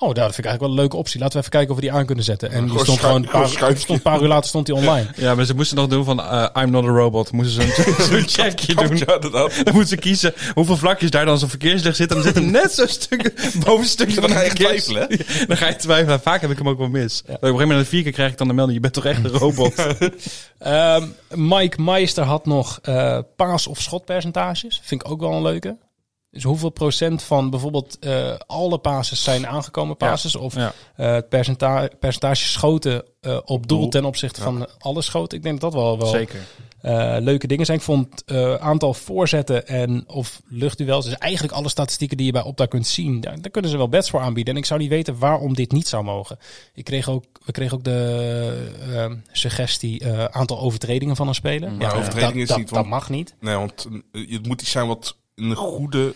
F: Oh, nou, dat vind ik eigenlijk wel een leuke optie. Laten we even kijken of we die aan kunnen zetten. En die
H: Gewoon
F: stond
H: schuif-
F: gewoon een
H: gewoon
F: paar,
H: schuifje.
F: stond een paar uur later stond die online.
G: Ja, maar ze moesten nog doen van eh, I'm not a robot. Moesten ze een, zo'n checkje doen. Dan moeten ze kiezen hoeveel vlakjes daar dan zo'n verkeerslicht zit. En dan zit er net zo'n stuk bovenstukje van
H: Dan ga
G: een
H: je
G: verkeers-
H: twijfelen,
G: Dan ga je twijfelen. Vaak heb ik hem ook wel mis. Op een gegeven moment vier keer krijg ik dan de melding. Je bent toch echt een robot?
F: Ehm, Mike Meister had nog eh, paas- of schotpercentages. Vind ik ook wel een leuke. Dus hoeveel procent van bijvoorbeeld eh, alle passes zijn aangekomen passes? Of
G: ja.
F: eh, het percenta- percentage schoten eh, op doel ten opzichte van alle schoten? Ik denk dat dat wel, wel
G: Zeker.
F: eh, leuke dingen zijn. Ik vond eh aantal voorzetten en of luchtduels. Dus eigenlijk alle statistieken die je bij Opta kunt zien. Daar, daar kunnen ze wel bets voor aanbieden. En ik zou niet weten waarom dit niet zou mogen. Ik kreeg ook, we kregen ook de eh, suggestie eh, aantal overtredingen van een speler. eh,
H: Mm. Ja, overtreding
F: dat,
H: is
F: dat-
H: niet,
F: Dat
H: want-
F: mag niet.
H: Nee, want eh, het moet iets zijn wat een goede,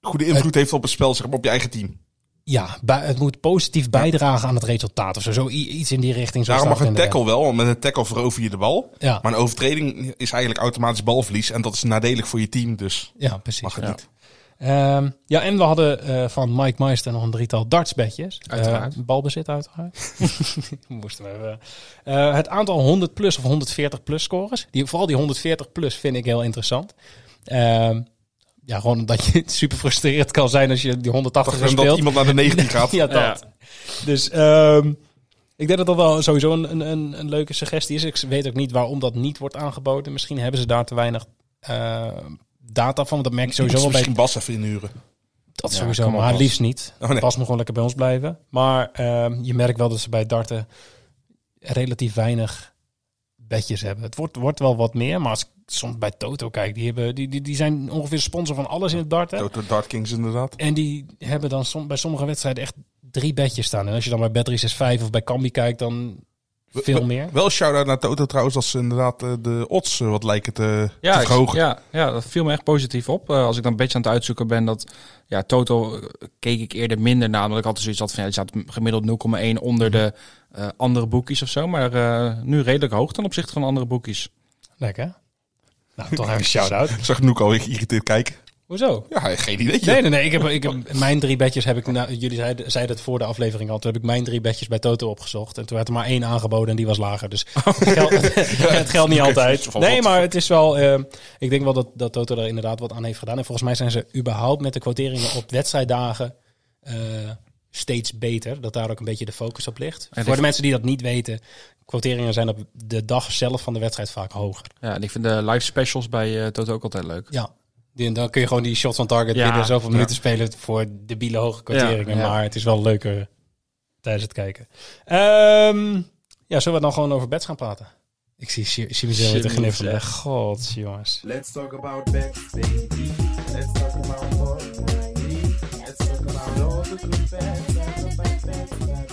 H: goede invloed heeft op het spel, zeg maar, op je eigen team.
F: Ja, bij- het moet positief bijdragen aan het resultaat of zo. zo i- iets in die richting. Zo
H: Daarom
F: staat
H: mag een
F: het in de
H: tackle wel, want met een tackle verover je de bal.
F: Ja.
H: Maar een overtreding is eigenlijk automatisch balverlies. En dat is nadelig voor je team, dus
F: wet. Ja, precies.
H: mag het
F: ja.
H: niet.
F: Ehm, ja, en we hadden eh, van Mike Meister nog een drietal dartsbedjes.
G: Uiteraard.
F: Eh, balbezit uiteraard. Moesten we hebben. Eh, het aantal 100 plus of 140 plus scores. Die, vooral die 140 plus vind ik heel interessant. Ehm, ja, gewoon omdat je super frustreerd kan zijn als je die 180
H: Dacht
F: weer
H: je dat
F: speelt.
H: iemand naar de 19 gaat.
F: Ja, dat.
G: Ja.
F: Dus ehm, ik denk dat dat wel sowieso een, een- een, een leuke suggestie is. Ik weet ook niet waarom dat niet wordt aangeboden. Misschien hebben ze daar te weinig eh, data van. Want dat merk je sowieso wel bij
H: Misschien Bas even inhuren.
F: dat
G: Ja,
F: sowieso,
G: kom op,
F: maar
G: Bas.
F: liefst niet.
H: Oh, nee.
F: Pas moet gewoon lekker bij ons blijven. Maar ehm, je merkt wel dat ze bij darten relatief weinig bedjes hebben. Het wordt, wordt wel wat meer, maar als ik soms bij Toto kijk, die, hebben, die, die, die zijn ongeveer sponsor van alles in het darten.
H: Toto Dart Kings inderdaad.
F: En die hebben dan som, bij sommige wedstrijden echt drie bedjes staan. En als je dan bij Bet365 of bij Kambi kijkt, dan veel meer.
H: Wel shout-out naar Toto trouwens, als ze inderdaad eh, de odds eh, wat lijken te,
G: Ja,
H: te
G: ik-
H: verhogen.
G: ja, ja, dat viel me echt positief op. Eh, als ik dan een beetje aan het uitzoeken ben, dat ja, Toto eh, keek ik eerder minder naar. Omdat ik altijd zoiets had van, ja, die staat gemiddeld 0,1 onder de eh, andere boekjes of zo. Maar eh, nu redelijk hoog ten opzichte van andere boekjes.
F: Lekker. Nou, toch even een shout-out.
H: Zag Noek al geïrriteerd kijken.
F: Hoezo?
H: Ja, geen idee.
F: Nee, nee, nee. Ik heb, ik heb, mijn drie bedjes heb ik... Nou, jullie zeiden, zeiden het voor de aflevering al. Toen heb ik mijn drie bedjes bij Toto opgezocht. En toen werd er maar één aangeboden en die was lager. Dus het, geldt, het geldt niet
H: Oh. Oké,
F: altijd.
H: van
F: Nee,
H: wat?
F: maar het is wel... eh, ik denk wel dat, dat Toto er inderdaad wat aan heeft gedaan. En volgens mij zijn ze überhaupt met de quoteringen op wedstrijddagen... eh, steeds beter. Dat daar ook een beetje de focus op ligt. Voor de
G: ligt-
F: mensen die dat niet weten... Quoteringen zijn op de dag zelf van de wedstrijd vaak hoger.
G: Ja, en ik vind de live specials bij eh, Toto ook altijd leuk.
F: Ja. Die- dan kun je gewoon die shots on target
G: Ja,
F: binnen zoveel
G: ja.
F: minuten spelen voor debiele hoge kwarteringen.
G: Ja, ja.
F: Maar het is wel leuker tijdens het kijken. Ehm, ja, zullen we het dan gewoon over beds gaan praten? Ik zie Sim- Simizeel weer te
G: Simizeel.
F: gniffelen. God, jongens.
J: Let's talk about bets, baby. Let's talk about sports, baby. Let's talk about all the good bets. Let's talk about bets, baby.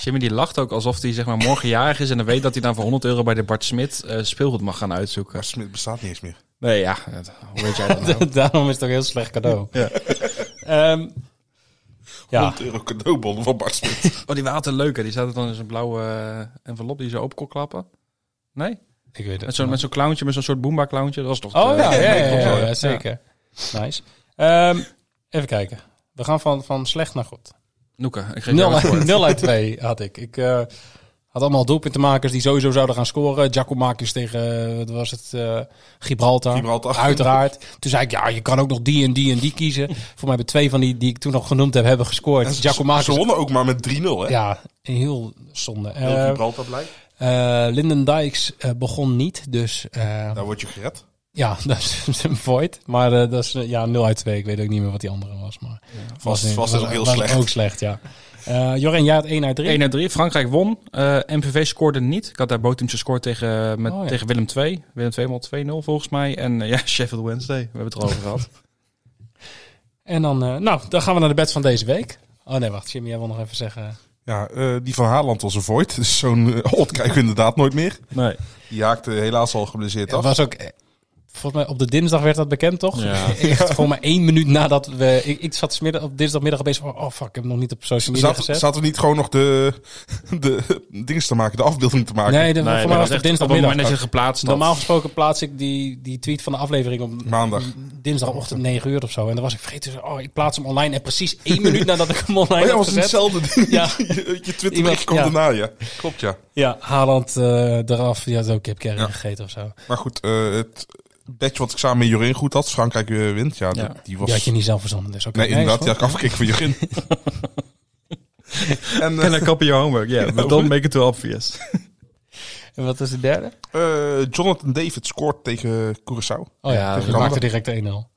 G: Jimmy die lacht ook alsof hij zeg maar morgen jarig is en dan weet dat hij dan voor 100 euro bij de Bart Smit eh, speelgoed mag gaan uitzoeken.
H: Maar Smit bestaat niet eens meer.
G: Nee, ja, dat- hoe weet jij dat nou?
F: Daarom is het ook een heel slecht cadeau. Ehm, ja.
H: 100 euro cadeaubon van Bart Smit.
G: Oh, die waren altijd leuker. Die zaten dan in zo'n blauwe eh, envelop die je zo open kon klappen. Nee?
F: Ik weet het.
G: Met zo'n met zo'n clowntje, met zo'n soort boomba clowntje. Dat was toch...
F: Oh
G: eh,
F: ja, ja, ja, ja, ja,
G: Ja.
F: ja, zeker. Nice. Ehm, even kijken. We gaan van, van slecht naar goed.
G: Noeke, ik geef jou het
F: 0,
G: woord.
F: 0 uit 2 had ik. Ik eh, had allemaal doelpuntenmakers die sowieso zouden gaan scoren. Giacomakis tegen, eh, wat was het, eh, Gibraltar.
H: Gibraltar.
F: Uiteraard. Toen zei ik, ja, je kan ook nog die en die en die kiezen. Voor mij hebben twee van die die ik toen nog genoemd heb, hebben gescoord.
H: Maar ze
F: Giacomakis.
H: wonnen ook maar met 3-0, hè?
F: Ja, heel zonde. Eh,
H: Heel Gibraltar blijkt.
F: eh, Linden Dykes eh, begon niet, dus eh,
H: Daar word je gered.
F: ja, dat is een void. Maar eh, dat is eh, ja, 0 uit 2. Ik weet ook niet meer wat die andere was. Maar
H: vast-
F: in-
H: vast ook heel
F: was
H: slecht.
F: Ook slecht, ja. Eh Joren, jij had 1 uit 3.
G: 1 naar 3. Frankrijk won. Eh MVV scoorde niet. Ik had daar Botumse scoort tegen, eh, met,
F: Oh, ja.
G: tegen Willem 2. Willem 2 won 2-0 volgens mij. En eh, ja, Sheffield Wednesday. We hebben het erover gehad.
F: En dan, eh, nou, dan gaan we naar de bed van deze week. Oh nee, wacht, Jimmy, jij wil nog even zeggen.
H: Ja, eh, die van Haaland was een void. Dus zo'n eh, hot krijgen we inderdaad nooit meer.
G: Nee.
H: Die haakte helaas al geblesseerd
F: Dat
H: af.
F: was ook, eh, volgens mij op de dinsdag werd dat bekend, toch?
G: Ja.
F: Echt gewoon maar één minuut nadat we, ik, ik zat 's middag- op dinsdagmiddag opeens van, oh fuck, ik heb hem nog niet op social media
H: Zaten,
F: gezet.
H: zaten we niet gewoon nog de, de dingen te maken, de afbeelding te maken?
F: nee, de,
G: Nee,
F: voor
G: dat
F: mij was het op
G: was echt Op het
F: dinsdagmiddag.
G: moment dat je het geplaatst had.
F: Normaal gesproken plaats ik die, die tweet van de aflevering op
H: Maandag.
F: dinsdagochtend 9 uur of zo. En dan was ik vergeten, dus, oh, ik plaats hem online. En precies één minuut nadat ik hem online
H: Oh ja,
F: had
H: was het
F: gezet.
H: hetzelfde ding.
F: Ja.
H: Je, je Twitter
F: Iemand-
H: bericht komt
F: ja.
H: daarna, ja. Klopt, ja.
F: Ja, Haaland eh, eraf, die had ook kipkerry
H: Ja.
F: gegeten of zo.
H: Maar goed, eh, het bedje wat ik samen met Joreen goed had, Frankrijk eh, wint, ja,
G: Ja.
H: die- die was...
F: Die had je niet zelf verzonnen, dus ook
H: Nee, inderdaad, die had ik afgekeken van Joreen. en eh,
G: I copy your homework? Yeah, but don't make it too obvious.
F: En wat is de derde?
H: eh, Jonathan David scoort tegen Curaçao.
F: Oh ja,
G: Ja,
F: dus
G: dat
F: we
H: kan
F: maakten
H: wel.
F: direct 1-0.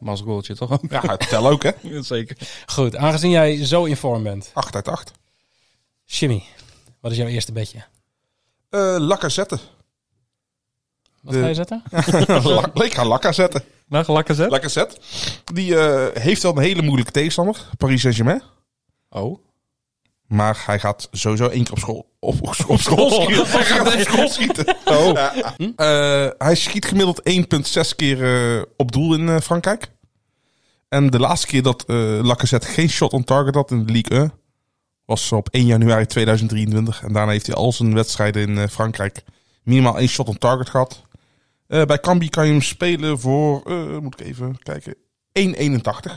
G: Mas goaltje toch?
H: Ja, tel ook, hè.
G: Zeker.
F: Goed, aangezien jij zo in vorm bent.
H: 8 uit 8.
F: Jimmy, wat is jouw eerste bedje?
H: Eh lakker zetten.
F: Wat
H: De-
F: ga je zetten?
H: Lak- ik ga lakker zetten.
G: Nou, gelakken zet.
H: Lakker zet. Die eh, heeft wel een hele moeilijke tegenstander, Paris Saint-Germain.
G: Oh.
H: Maar hij gaat sowieso één keer op school, op, op, op school schieten. Oh. Hij gaat op school schieten. Ja. Eh, hij schiet gemiddeld 1,6 keer eh, op doel in eh, Frankrijk. En de laatste keer dat eh Lacazette geen shot on target had in de Ligue 1 was op 1 januari 2023. En daarna heeft hij al zijn wedstrijden in eh, Frankrijk minimaal één shot on target gehad. Eh, bij Cambi kan je hem spelen voor, eh, moet ik even kijken, 1,81.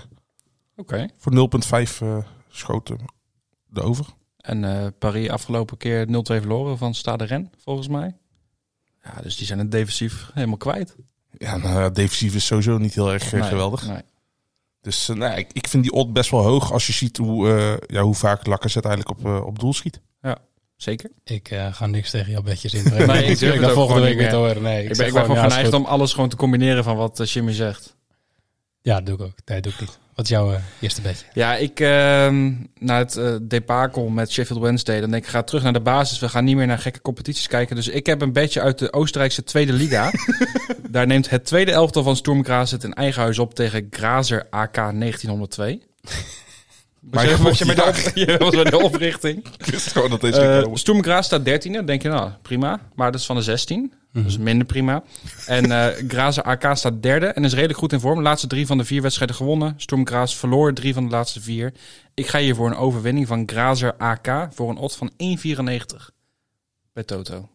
G: Oké.
H: Voor 0,5 eh, schoten de over.
G: En eh, Paris afgelopen keer 0-2 verloren van Stade Rennes, volgens mij. Ja, dus die zijn het defensief helemaal kwijt.
H: Ja, nou, ja, defensief is sowieso niet heel erg eh,
G: Nee,
H: geweldig.
G: nee.
H: Dus eh, nou, ja, ik, ik vind die odd best wel hoog als je ziet hoe, eh, ja, hoe vaak Lacazette eigenlijk op, eh, op doel schiet.
G: Zeker.
F: Ik eh, ga niks tegen jouw bedjes inbrengen.
G: Nee, ik durf het
F: dat
G: ook
F: volgende
G: gewoon
F: week weer
G: niet
F: te horen. Nee,
G: Ik
F: zeg
G: ben, ik ben
F: gewoon,
G: gewoon
F: ja, is
G: geneigd
F: goed.
G: om alles gewoon te combineren van wat eh, Jimmy zegt.
F: Ja, dat doe ik ook. Nee, doe ik niet. Wat is jouw eh, eerste bedje?
G: Ja, ik ehm, na het eh debakel met Sheffield Wednesday, dan denk ik, ga terug naar de basis. We gaan niet meer naar gekke competities kijken. Dus ik heb een bedje uit de Oostenrijkse tweede liga. Daar neemt het tweede elftal van Sturm Graz het in eigen huis op tegen Grazer AK 1902.
H: Maar je
G: was je bij
H: volgt
G: de, op- je was bij de oprichting?
H: Ik wist gewoon dat deze
G: Eh,
H: keer
G: Sturm Graz staat 13e. Dan denk je, nou, prima. Maar dat is van de 16. Dus
H: Mhm.
G: minder prima. En eh Grazer AK staat derde en is redelijk goed in vorm. Laatste drie van de vier wedstrijden gewonnen. Sturm Graz verloor drie van de laatste vier. Ik ga hier voor een overwinning van Grazer AK voor een odd van 1,94 bij Toto.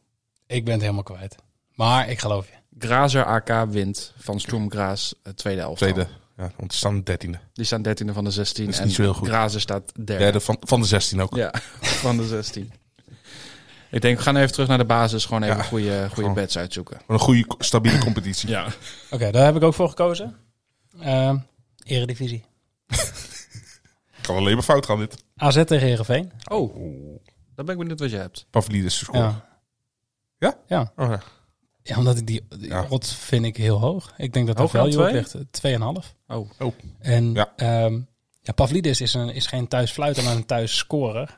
F: Ik ben het helemaal kwijt. Maar ik geloof je.
G: Grazer AK wint van Sturm Graz het tweede elftal.
H: tweede. Ja, want ze staan dertiende.
G: Die staan 13e van de 16
H: Dat is
G: en
H: niet zo heel goed.
G: Grazer staat derde.
H: Derde van, van de 16 ook.
G: Ja, van de 16. Ik denk, we gaan even terug naar de basis. Gewoon even
H: Ja,
G: goede, goede
H: gewoon.
G: bets uitzoeken.
H: Wat Een goede, stabiele competitie.
G: Ja.
F: Oké, daar heb ik ook voor gekozen. Ehm, Eredivisie.
H: Kan alleen maar fout gaan dit.
F: AZ tegen Heerenveen.
G: Oh, dan ben ik benieuwd wat je hebt.
H: Pavlidis scoort.
F: Ja.
H: Ja?
F: Ja.
H: Oh, ja.
F: Ja, omdat ik die, die
H: Ja.
F: odds vind ik heel hoog. Ik denk dat de
G: Hoger dan
F: value op
G: twee?
F: ligt. eh, 2,5.
G: Oh.
H: Oh.
F: En
H: Ja.
F: ja. ja, Pavlidis is, een, is geen thuisfluiter, maar een thuisscorer.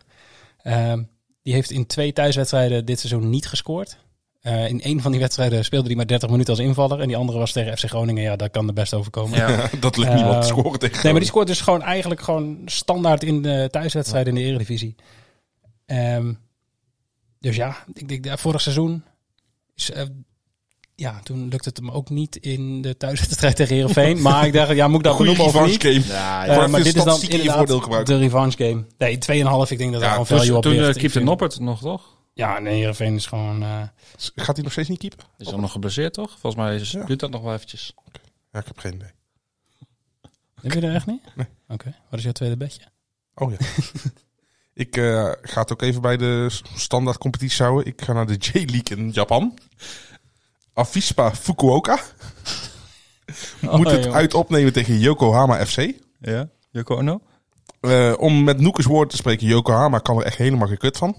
F: Ehm, die heeft in twee thuiswedstrijden dit seizoen niet gescoord. Eh, in één van die wedstrijden speelde hij maar 30 minuten als invaller. En die andere was tegen FC Groningen. Ja, daar kan de best overkomen.
G: Ja.
H: dat lukt niemand te
F: Eh,
H: scoren tegen.
F: Nee, maar die scoort dus gewoon eigenlijk gewoon standaard in de thuiswedstrijden in de Eredivisie. Ehm, dus ja, ik denk ja, vorig seizoen is, eh, ja, toen lukte het hem ook niet in de thuiswedstrijd tegen Heerenveen. maar ik dacht, ja, moet ik dat
H: Goeie
F: benoemen of
H: revanche
F: niet?
H: game.
G: Ja,
H: Maar
F: Eh,
H: het
F: maar
H: is
F: dit is dan
H: statistiek in je voordeel
F: inderdaad
H: gebruikt.
F: de revanche game. Nee, 2,5. Ik denk dat er
H: Ja,
F: gewoon
G: Toen,
F: value op
G: toen
F: ligt.
G: eh,
F: Ik
G: keepte
F: vind-
G: Noppert nog, toch?
F: Ja, nee, Heerenveen is gewoon... eh,
H: Gaat hij nog steeds niet keeper?
G: Is dan nog geblesseerd, toch? Volgens mij is,
H: Ja.
G: duurt dat nog wel eventjes.
H: Ja, ik heb geen idee.
F: Heb je er echt niet?
H: Nee.
F: Oké, wat is jouw tweede bedje?
H: Oh ja. ik eh, ga het ook even bij de s- standaard competitie houden. Ik ga naar de J-League in Japan. Avispa Fukuoka moet het uit opnemen tegen Yokohama FC.
G: Ja, Joko Ono?
H: Eh, om met Noekes woord te spreken, Yokohama kan er echt helemaal geen kut van.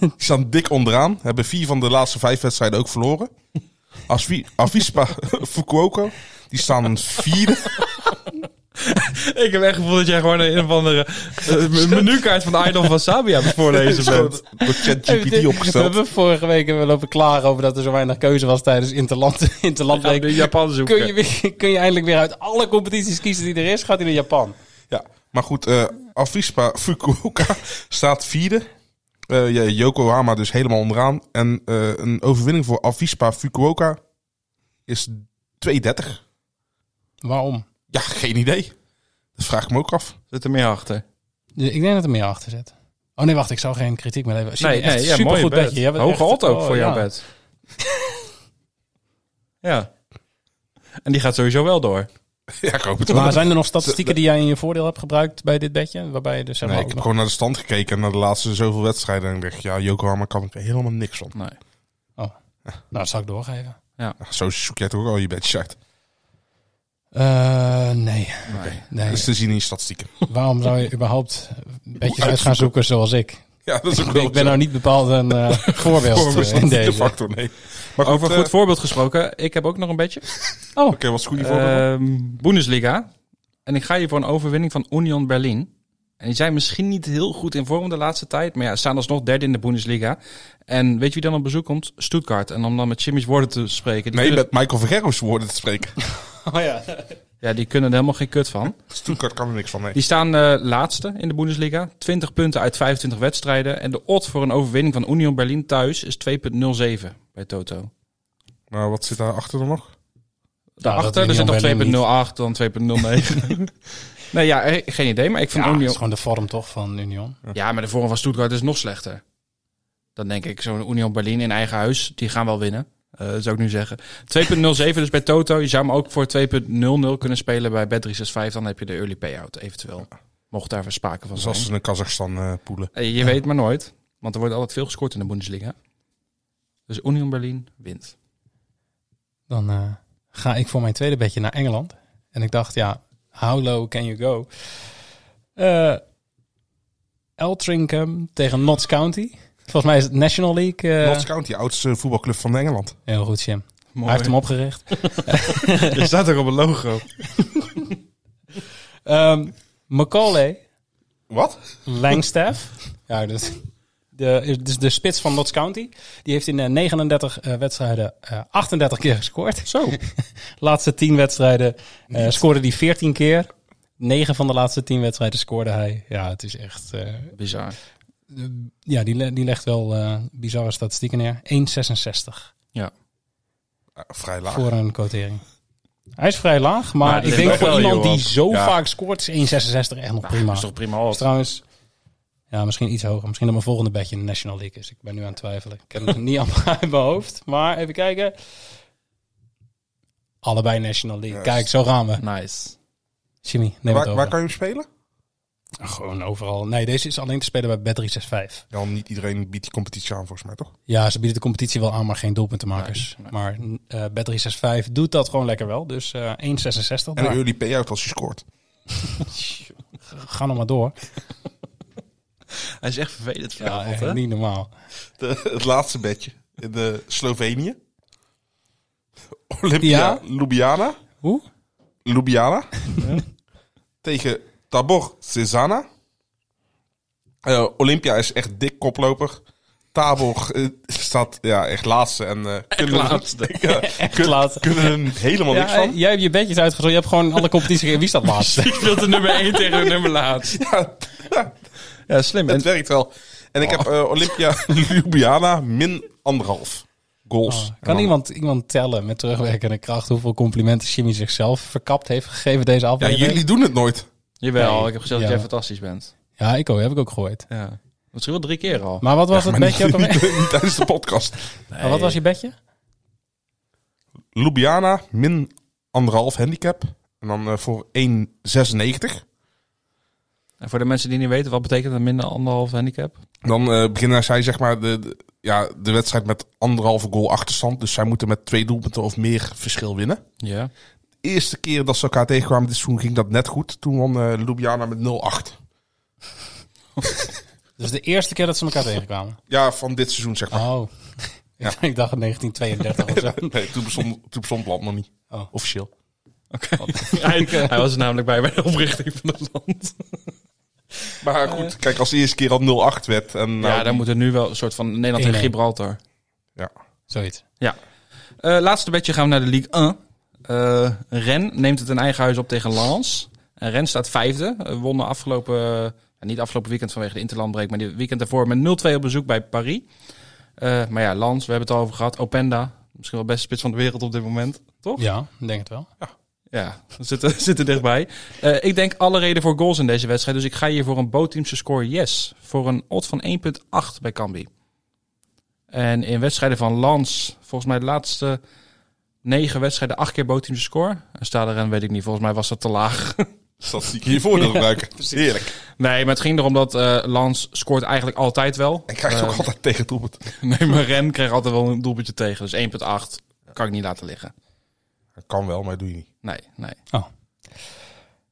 H: Die staan dik onderaan. Hebben vier van de laatste vijf wedstrijden ook verloren. Asvi- Avispa Fukuoka, die staan vierde.
G: Ik heb echt het gevoel dat jij gewoon een, een of andere eh, menukaart van de Idol van Sabia aan het voorlezen bent.
H: Eh, Door ChatGPT
F: We
H: opgesteld.
F: hebben vorige week hebben we lopen klagen over dat er zo weinig keuze was tijdens Interland.
G: Ik ga
F: Interlandweek.
G: nu Japan zoeken.
F: Kun je, weer- kun je eindelijk weer uit alle competities kiezen die er is, gaat hij naar Japan.
H: Ja, maar goed, eh Avispa Fukuoka staat vierde. Eh, ja, Yokohama dus helemaal onderaan. En eh, een overwinning voor Avispa Fukuoka is 2,30.
F: Waarom?
H: Ja, geen idee. Dat vraag ik me ook af.
G: Zit er meer achter.
F: Ik denk dat er meer achter zit. Oh nee, wacht, ik zal geen kritiek meer hebben.
G: Nee, nee ja, mooi
F: super goed
G: bed.
F: bedje. Jij bent
G: Hoge
F: echt-
G: hot ook
F: oh,
G: voor jouw
F: ja.
G: bed. ja. En die gaat sowieso wel door.
H: Ja, ik hoop het
F: Maar zijn er nog statistieken die jij in je voordeel hebt gebruikt bij dit bedje? Waarbij je dus zeg maar
H: Nee,
F: ook
H: ik
F: nog-
H: heb gewoon naar de stand gekeken en naar de laatste zoveel wedstrijden. En ik dacht, ja, Yokohama kan ik er helemaal niks van.
G: Nee.
F: Nou, dat zal ik doorgeven.
H: Nou, zo zoek jij toch ook al je bedjes uit.
F: Eh, nee.
G: Nee.
F: nee.
H: Dat is Dus te zien in je statistieken.
F: Waarom zou je überhaupt bedjes uit gaan zoeken zoals ik?
H: Ja, dat is ook wel
F: Ik ben nou niet bepaald een eh, voorbeeld
H: Vorm is
F: eh,
H: niet
F: in
H: de
F: deze.
H: factor, nee. Maar
G: Over
H: goed,
G: goed
H: eh,
G: voorbeeld gesproken. Ik heb ook nog een beetje.
H: Oké, wat is het goede voorbeeld? dan?
G: Ehm Bundesliga. En ik ga hier voor een overwinning van Union Berlin. En die zijn misschien niet heel goed in vorm de laatste tijd. Maar ja, staan alsnog derde in de Bundesliga. En weet je wie dan op bezoek komt? Stuttgart. En om dan met Jimmy's woorden te
F: Eh,
G: spreken. Die
F: dus-
H: Nee,
G: kunnen,
H: met Michael Vergero's woorden te spreken.
F: Oh ja.
G: Ja, die kunnen er helemaal geen kut van.
H: Stuttgart kan er niks van, nee.
G: Die staan eh, laatste in de Bundesliga. 20 punten uit 25 wedstrijden. En de odd voor een overwinning van Union Berlin thuis is 2,07 bij Toto.
H: Nou, wat zit daar achter dan nog?
G: achter. Er zit nog 2.08, dan 2.09. nee, ja, eh, geen idee. Maar ik vind
F: Ja, dat
G: Union...
F: is gewoon de vorm toch van Union.
G: Ja, maar de vorm van Stuttgart is nog slechter. Dan denk ik, zo'n Union Berlin in eigen huis, die gaan wel winnen. Eh, zou ik nu zeggen. 2.07 dus bij Toto. Je zou hem ook voor 2.00 kunnen spelen bij Bet365. Dan heb je de early payout eventueel. Mocht daar sprake van
H: Dus
G: zijn.
H: als ze een Kazachstan eh, poelen.
G: Eh, je weet maar nooit. Want er wordt altijd veel gescoord in de Bundesliga. Dus Union Berlin wint.
F: Dan eh, ga ik voor mijn tweede bedje naar Engeland. En ik dacht, ja, how low can you go? Eh Eltringham tegen Notts County. Volgens mij is het National League. eh,
H: Notts County, oudste voetbalclub van Engeland.
F: Heel goed, Jim. Hij
G: Mooi.
F: heeft hem opgericht.
G: Je staat er op een logo.
F: Ehm Macaulay
H: Wat?
F: Langstaff. ja, dus de, dus de spits van Notts County. Die heeft in eh, 39 eh, wedstrijden eh, 38 keer gescoord. Zo. laatste 10 wedstrijden eh, scoorde hij 14 keer. 9 van de laatste 10 wedstrijden scoorde hij. Ja, het is echt. eh,
G: Bizar.
F: ja, die, le- die legt wel eh, bizarre statistieken neer. 1,66
H: Eh, vrij laag.
F: voor een quotering. Hij is vrij laag, maar,
G: Maar
F: ik
G: dit
F: denk
G: is
F: voor
G: wel heel
F: iemand die
G: wat.
F: zo
H: Ja.
F: vaak scoort, is 1,66 echt nog prima.
G: Dat Nou, is toch prima al.
F: Is trouwens, ja, misschien iets hoger. Misschien dat mijn volgende bedje in de National League is. Ik ben nu aan het twijfelen. Ik heb het niet allemaal uit mijn hoofd. Maar even kijken. Allebei National League.
H: Juist.
F: Kijk, zo gaan we.
G: Nice.
F: Jimmy, neem het
H: Waar,
F: over.
H: waar kan je hem spelen?
F: Gewoon overal. Nee, deze is alleen te spelen bij Bet365.
H: Dan niet iedereen biedt die competitie aan, volgens mij, toch?
F: Ja, ze bieden de competitie wel aan, maar geen doelpuntenmakers.
G: Nee, nee.
F: Maar eh Bet365 doet dat gewoon lekker wel. Dus eh 1,66.
H: En een
F: daar.
H: early payout als je scoort.
F: Ga nog maar door.
G: Hij is echt vervelend
F: Ja,
G: vanavond,
F: echt
G: hè?
F: niet normaal.
H: De- het laatste bedje. In de Slovenië. Olympia
F: Ja?
H: Ljubljana.
F: Hoe?
H: Ljubljana. Tegen Tabor Cezana. Eh, Olympia is echt dik koploper. Tabor eh, staat ja, echt laatste. En, eh, kunnen er-
G: laatste.
H: Ja, kun-
F: laatste.
H: Kunnen er helemaal niks
F: Ja,
H: van.
F: jij hebt je bedjes uitgezocht. Je hebt gewoon alle competities gegeven. Wie staat laatst?
G: Ik speelt de nummer 1 tegen de nummer laatst.
H: Ja,
G: Ja, slim.
H: het werkt wel. En ik heb
F: Oh.
H: eh, Olympia Ljubljana min anderhalf goals.
F: Oh,
H: En
F: kan
H: dan-
F: iemand, iemand tellen met terugwerkende kracht hoeveel complimenten Jimmy zichzelf verkapt heeft gegeven deze
H: Ja,
F: aflevering?
H: jullie doen het nooit.
G: Jawel,
F: Nee.
G: ik heb gezegd
F: Ja.
G: dat jij fantastisch bent.
F: Ja, ik ook, heb ik ook gehoord.
G: Ja. Misschien wel drie keer al.
F: Maar wat was
H: Maar
F: het bedje ook
H: niet,
F: alweer?
H: niet- niet tijdens de podcast.
F: Maar Wat was je bedje?
H: Ljubljana, min anderhalf handicap. En dan eh, voor 1,96.
G: En Nou, voor de mensen die niet weten, wat betekent een minder anderhalf handicap?
H: Dan eh, beginnen zij zeg maar de, de- ja, de wedstrijd met anderhalve goal achterstand. Dus zij moeten met twee doelpunten of meer verschil winnen.
G: Ja.
H: De eerste keer dat ze elkaar tegenkwamen dit seizoen ging dat net goed. Toen won eh Ljubljana met 0,8.
F: Dus de eerste keer dat ze elkaar tegenkwamen.
H: Ja, van dit seizoen zeg
G: Ah.
H: maar.
F: Oh.
H: Ja.
F: ik dacht 1932 of zo.
H: Nee, toen bestond, toen bestond het land nog niet.
F: Oh.
H: Officieel.
G: hij, hij was er namelijk bij bij de oprichting van het land.
H: Maar goed, kijk, als de eerste keer al 0,8 werd. En, nou,
G: Ah, ja, dan moet er nu wel een soort van Nederland tegen
F: Eén-één.
G: Gibraltar.
F: Zoiets.
G: Eh, laatste bedje gaan we naar de Ligue 1. Eh Ren neemt het in eigen huis op tegen Lens. En Ren staat vijfde. Eh, wonnen afgelopen, eh, niet afgelopen weekend vanwege de interlandbreek, maar dit weekend daarvoor met 0-2 op bezoek bij Paris. Eh, maar ja, Lens, we hebben het al over gehad. Openda, misschien wel de beste spits van de wereld op dit moment.
F: Ja, ik denk het wel.
G: Ja, we zitten, we zitten dichtbij. Eh, ik denk alle reden voor goals in deze wedstrijd. Dus ik ga hier voor een bootteamse score yes. Voor een odd van 1.8 bij Cambi. En in wedstrijden van Lans, volgens mij de laatste negen wedstrijden, acht keer bootteamse score. En staat er en weet ik niet, volgens mij was dat te laag.
H: statistiek hiervoor te gebruiken. Heerlijk.
G: Nee, maar het ging erom dat eh Lans scoort eigenlijk altijd wel.
H: En krijg je ook
G: Eh,
H: altijd tegen het doelpunt.
G: Nee, maar Ren krijgt altijd wel een doelpuntje tegen. Dus 1.8 kan ik niet laten liggen.
H: Dat kan wel, maar dat doe je niet.
G: Nee, nee.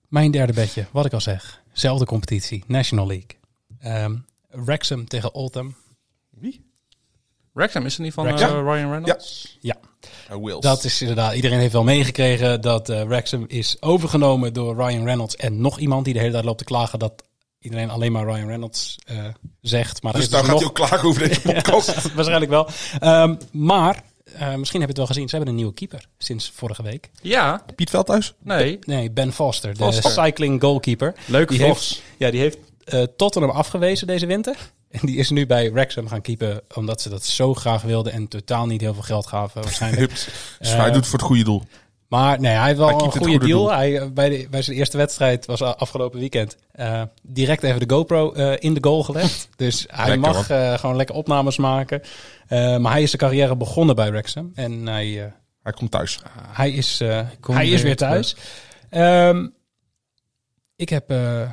F: Mijn derde bedje, wat ik al zeg. Zelfde competitie, National League. Ehm Wrexham tegen Oldham.
G: Wrexham is er niet van
F: Wrexham.
G: eh, Ryan Reynolds? Oh,
H: En Wales.
F: Dat is inderdaad, iedereen heeft wel meegekregen dat eh Wrexham is overgenomen door Ryan Reynolds en nog iemand die de hele tijd loopt te klagen dat iedereen alleen maar Ryan Reynolds eh, zegt. Maar er
H: Dus
F: is dus
H: daar gaat
F: nog,
H: hij ook klagen over deze podcast.
F: waarschijnlijk wel. Ehm, maar, eh, misschien heb je het wel gezien, ze hebben een nieuwe keeper sinds vorige week.
G: Ja,
H: Piet Veldhuis?
G: nee.
F: Nee, Ben Foster, de
G: Foster.
F: cycling goalkeeper.
G: Leuk
F: Die
G: vlogs.
F: heeft, ja, die heeft eh, Tottenham afgewezen deze winter. En die is nu bij Wrexham gaan keepen, omdat ze dat zo graag wilden en totaal niet heel veel geld gaven waarschijnlijk. Eh,
H: Hups. Dus hij doet het voor het goede doel.
F: Maar nee, hij heeft wel
H: Hij
F: een
H: keept het
F: goede
H: goede
F: deal.
H: doel.
F: Hij, eh, bij, de, bij zijn eerste wedstrijd was a- afgelopen weekend eh, direct even de GoPro eh, in de goal gelegd. dus hij
H: Lekker,
F: mag eh, gewoon lekker opnames maken. Eh, maar hij is zijn carrière begonnen bij Wrexham. En hij, eh,
H: Hij komt thuis.
F: hij, is, eh,
G: kom
F: hij is
G: weer
F: weer thuis. Ehm, ik heb eh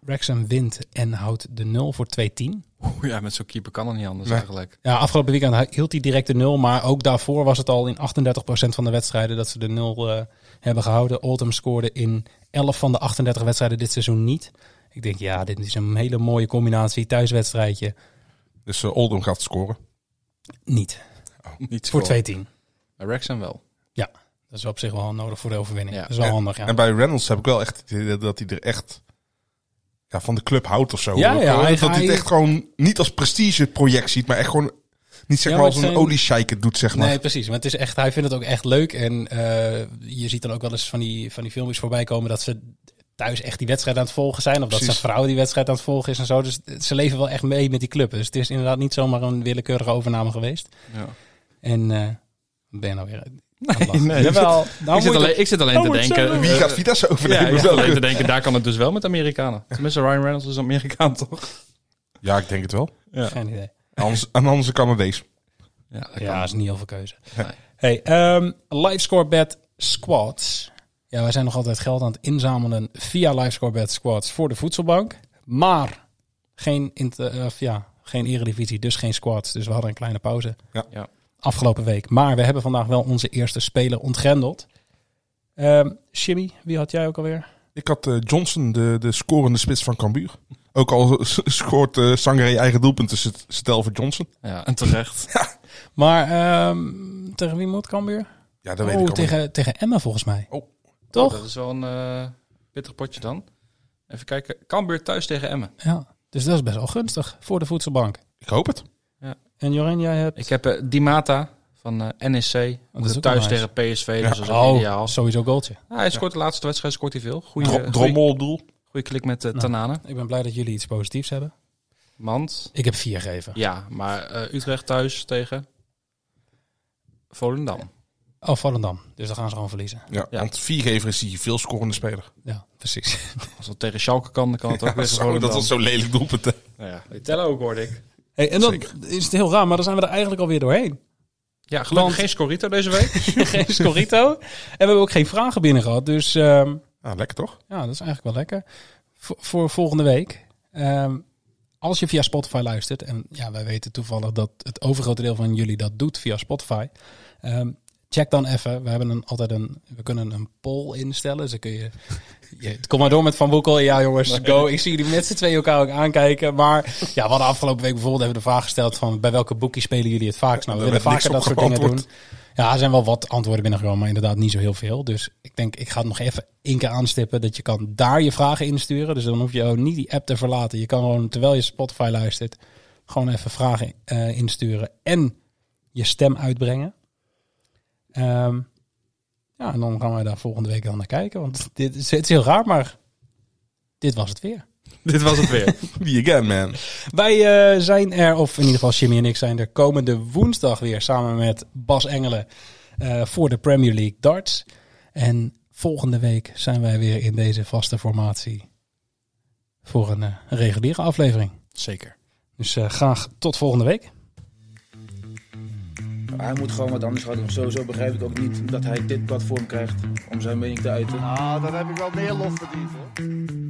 F: Wrexham wint en houdt de 0 voor 2-10.
G: Ja, met zo'n keeper kan het niet anders
H: Nee.
G: eigenlijk.
F: Ja, afgelopen weekend hield hij direct de nul. Maar ook daarvoor was het al in 38% van de wedstrijden dat ze de nul eh, hebben gehouden. Oldham scoorde in 11 van de 38 wedstrijden dit seizoen niet. Ik denk, ja, dit is een hele mooie combinatie. Thuiswedstrijdje
H: Dus eh, Oldham gaat scoren.
F: niet.
G: Niet
F: Voor 2-10.
G: scoren.
F: Dat
G: Bij Wrexham wel.
F: is op zich wel nodig voor de overwinning.
G: Ja.
F: Dat is wel
H: En-
F: handig, ja.
H: En bij Reynolds heb ik wel echt het idee dat hij er echt ja, van de club houdt of zo.
F: Ja,
H: Ook,
F: ja,
H: eh,
F: hij-
H: dat hij het
F: hij-
H: echt gewoon niet als prestigeproject ziet, maar echt gewoon niet zeg
F: Ja,
H: maar
F: maar
H: als
F: het
H: een
F: zijn-
H: oliesheik het doet, zeg maar.
F: Nee, precies. Maar het is echt, hij vindt het ook echt leuk. En eh, je ziet dan ook wel eens van die, van die filmpjes voorbij komen dat ze thuis echt die wedstrijd aan het volgen zijn. Of dat
H: Precies.
F: zijn vrouw die wedstrijd aan het volgen is en zo. Dus ze leven wel echt mee met die club. Dus het is inderdaad niet zomaar een willekeurige overname geweest.
G: Ja.
F: En eh ben je nou weer aan het
G: Nee,
F: lachen?
G: nee.
F: Jawel,
G: ik,
F: nou
G: zit
F: moet
G: alleen, ik zit alleen te denken...
H: Wie gaat Vitesse
G: Ja,
H: overnemen?
G: ik zit
H: Welke?
G: alleen te denken, daar kan het dus wel met Amerikanen. Tenminste, Ryan Reynolds is Amerikaan, toch?
H: Ja, ik denk het wel.
F: het- Geen idee.
H: Anders, en anders een Canadees.
G: Ja, dat
F: Ja,
G: kan.
F: dat is niet heel veel keuze.
G: Nee.
F: Hey, ehm LiveScoreBet Squads. Ja, wij zijn nog altijd geld aan het inzamelen via LiveScoreBet Squads voor de voedselbank. Maar geen, inter, eh, of ja, geen eredivisie, dus geen squads. Dus we hadden een kleine pauze
H: Ja.
G: Ja.
F: afgelopen week. Maar we hebben vandaag wel onze eerste speler ontgrendeld. Ehm Jimmy, wie had jij ook alweer?
H: Ik had eh, Johnson, de, de scorende spits van Cambuur. Ook al s- scoort eh Sangre eigen doelpunten, dus het stel voor Johnson.
G: Ja, en terecht.
F: Maar ehm, tegen wie moet Cambuur?
H: Ja, dat weet ik
F: Oh,
H: al niet.
F: tegen, tegen Emma volgens mij.
H: Oh.
F: Toch?
G: Dat is wel een eh, pittig potje dan. Even kijken. Cambuur thuis tegen Emmen.
F: Ja. Dus dat is best wel gunstig voor de voedselbank.
H: Ik hoop het.
F: En Joren, jij hebt...
G: Ik heb eh, Dimata van eh, NEC.
F: dat is ook
G: thuis
F: wel nice.
G: tegen PSV, dus dat is ook ideaal.
F: Oh, sowieso goaltje.
G: Ja, hij scoort de laatste wedstrijd scoort hij veel. Goeie, eh,
H: Dro- Drommel op doel.
G: goeie klik met eh, Tanane.
F: Ik ben blij dat jullie iets positiefs hebben.
G: Mand.
F: Ik heb vier gegeven.
G: Ja, maar eh, Utrecht thuis tegen Volendam.
F: Oh, Volendam. Dus dan gaan ze gewoon verliezen.
H: Ja,
G: Ja.
H: Want viergever is die veel scorende speler.
F: Ja, precies.
G: Als dat tegen Schalke kan, dan kan het ook weer tegen
H: Zo, dat
G: Volendam.
H: was zo'n lelijk doelpunt. hè.
G: Nou ja, die tellen ook, hoorde ik.
F: Hey, en dan is het heel raar, maar dan zijn we er eigenlijk alweer doorheen.
G: Ja, gelukkig
F: Want-
G: geen Scorito deze week.
F: Geen Scorito. en we hebben ook geen vragen binnen gehad. Dus ehm,
H: Ah, lekker toch?
F: ja, dat is eigenlijk wel lekker. Vo- voor volgende week. ehm, als je via Spotify luistert, en ja, wij weten toevallig dat het overgrote deel van jullie dat doet via Spotify. Ehm, check dan even. We hebben een, altijd een, we kunnen een poll instellen. Dus dan kun je, je- kom maar door met Van Woekel. Ja jongens, go. Ik zie jullie met z'n tweeën elkaar ook aankijken. Maar ja, we hadden afgelopen week bijvoorbeeld even de vraag gesteld van bij welke boekie spelen jullie het vaakst? Nou, we
H: Daar
F: willen vaker
H: werd
F: dat
H: niks op
F: soort dingen doen.
H: geantwoord.
F: Ja, er zijn wel wat antwoorden binnengekomen, maar inderdaad niet zo heel veel. Dus ik denk, ik ga het nog even één keer aanstippen dat je kan daar je vragen insturen. Dus dan hoef je ook niet die app te verlaten. Je kan gewoon, terwijl je Spotify luistert, gewoon even vragen eh, insturen en je stem uitbrengen. Ehm, ja, en dan gaan wij daar volgende week wel naar kijken. Want dit is, het is heel raar, maar dit was het weer.
G: Dit was het weer.
H: Be again, man.
F: Wij eh, zijn er, of in ieder geval Jimmy en ik zijn er komende woensdag weer samen met Bas Engelen eh, voor de Premier League Darts. En volgende week zijn wij weer in deze vaste formatie voor een eh, reguliere aflevering.
G: Zeker.
F: Dus eh, graag tot volgende week.
J: Hij moet gewoon wat anders gaan doen. Sowieso begrijp ik ook niet dat hij dit platform krijgt om zijn mening te uiten.
C: Ah, dan heb ik wel meer lof verdiend hoor.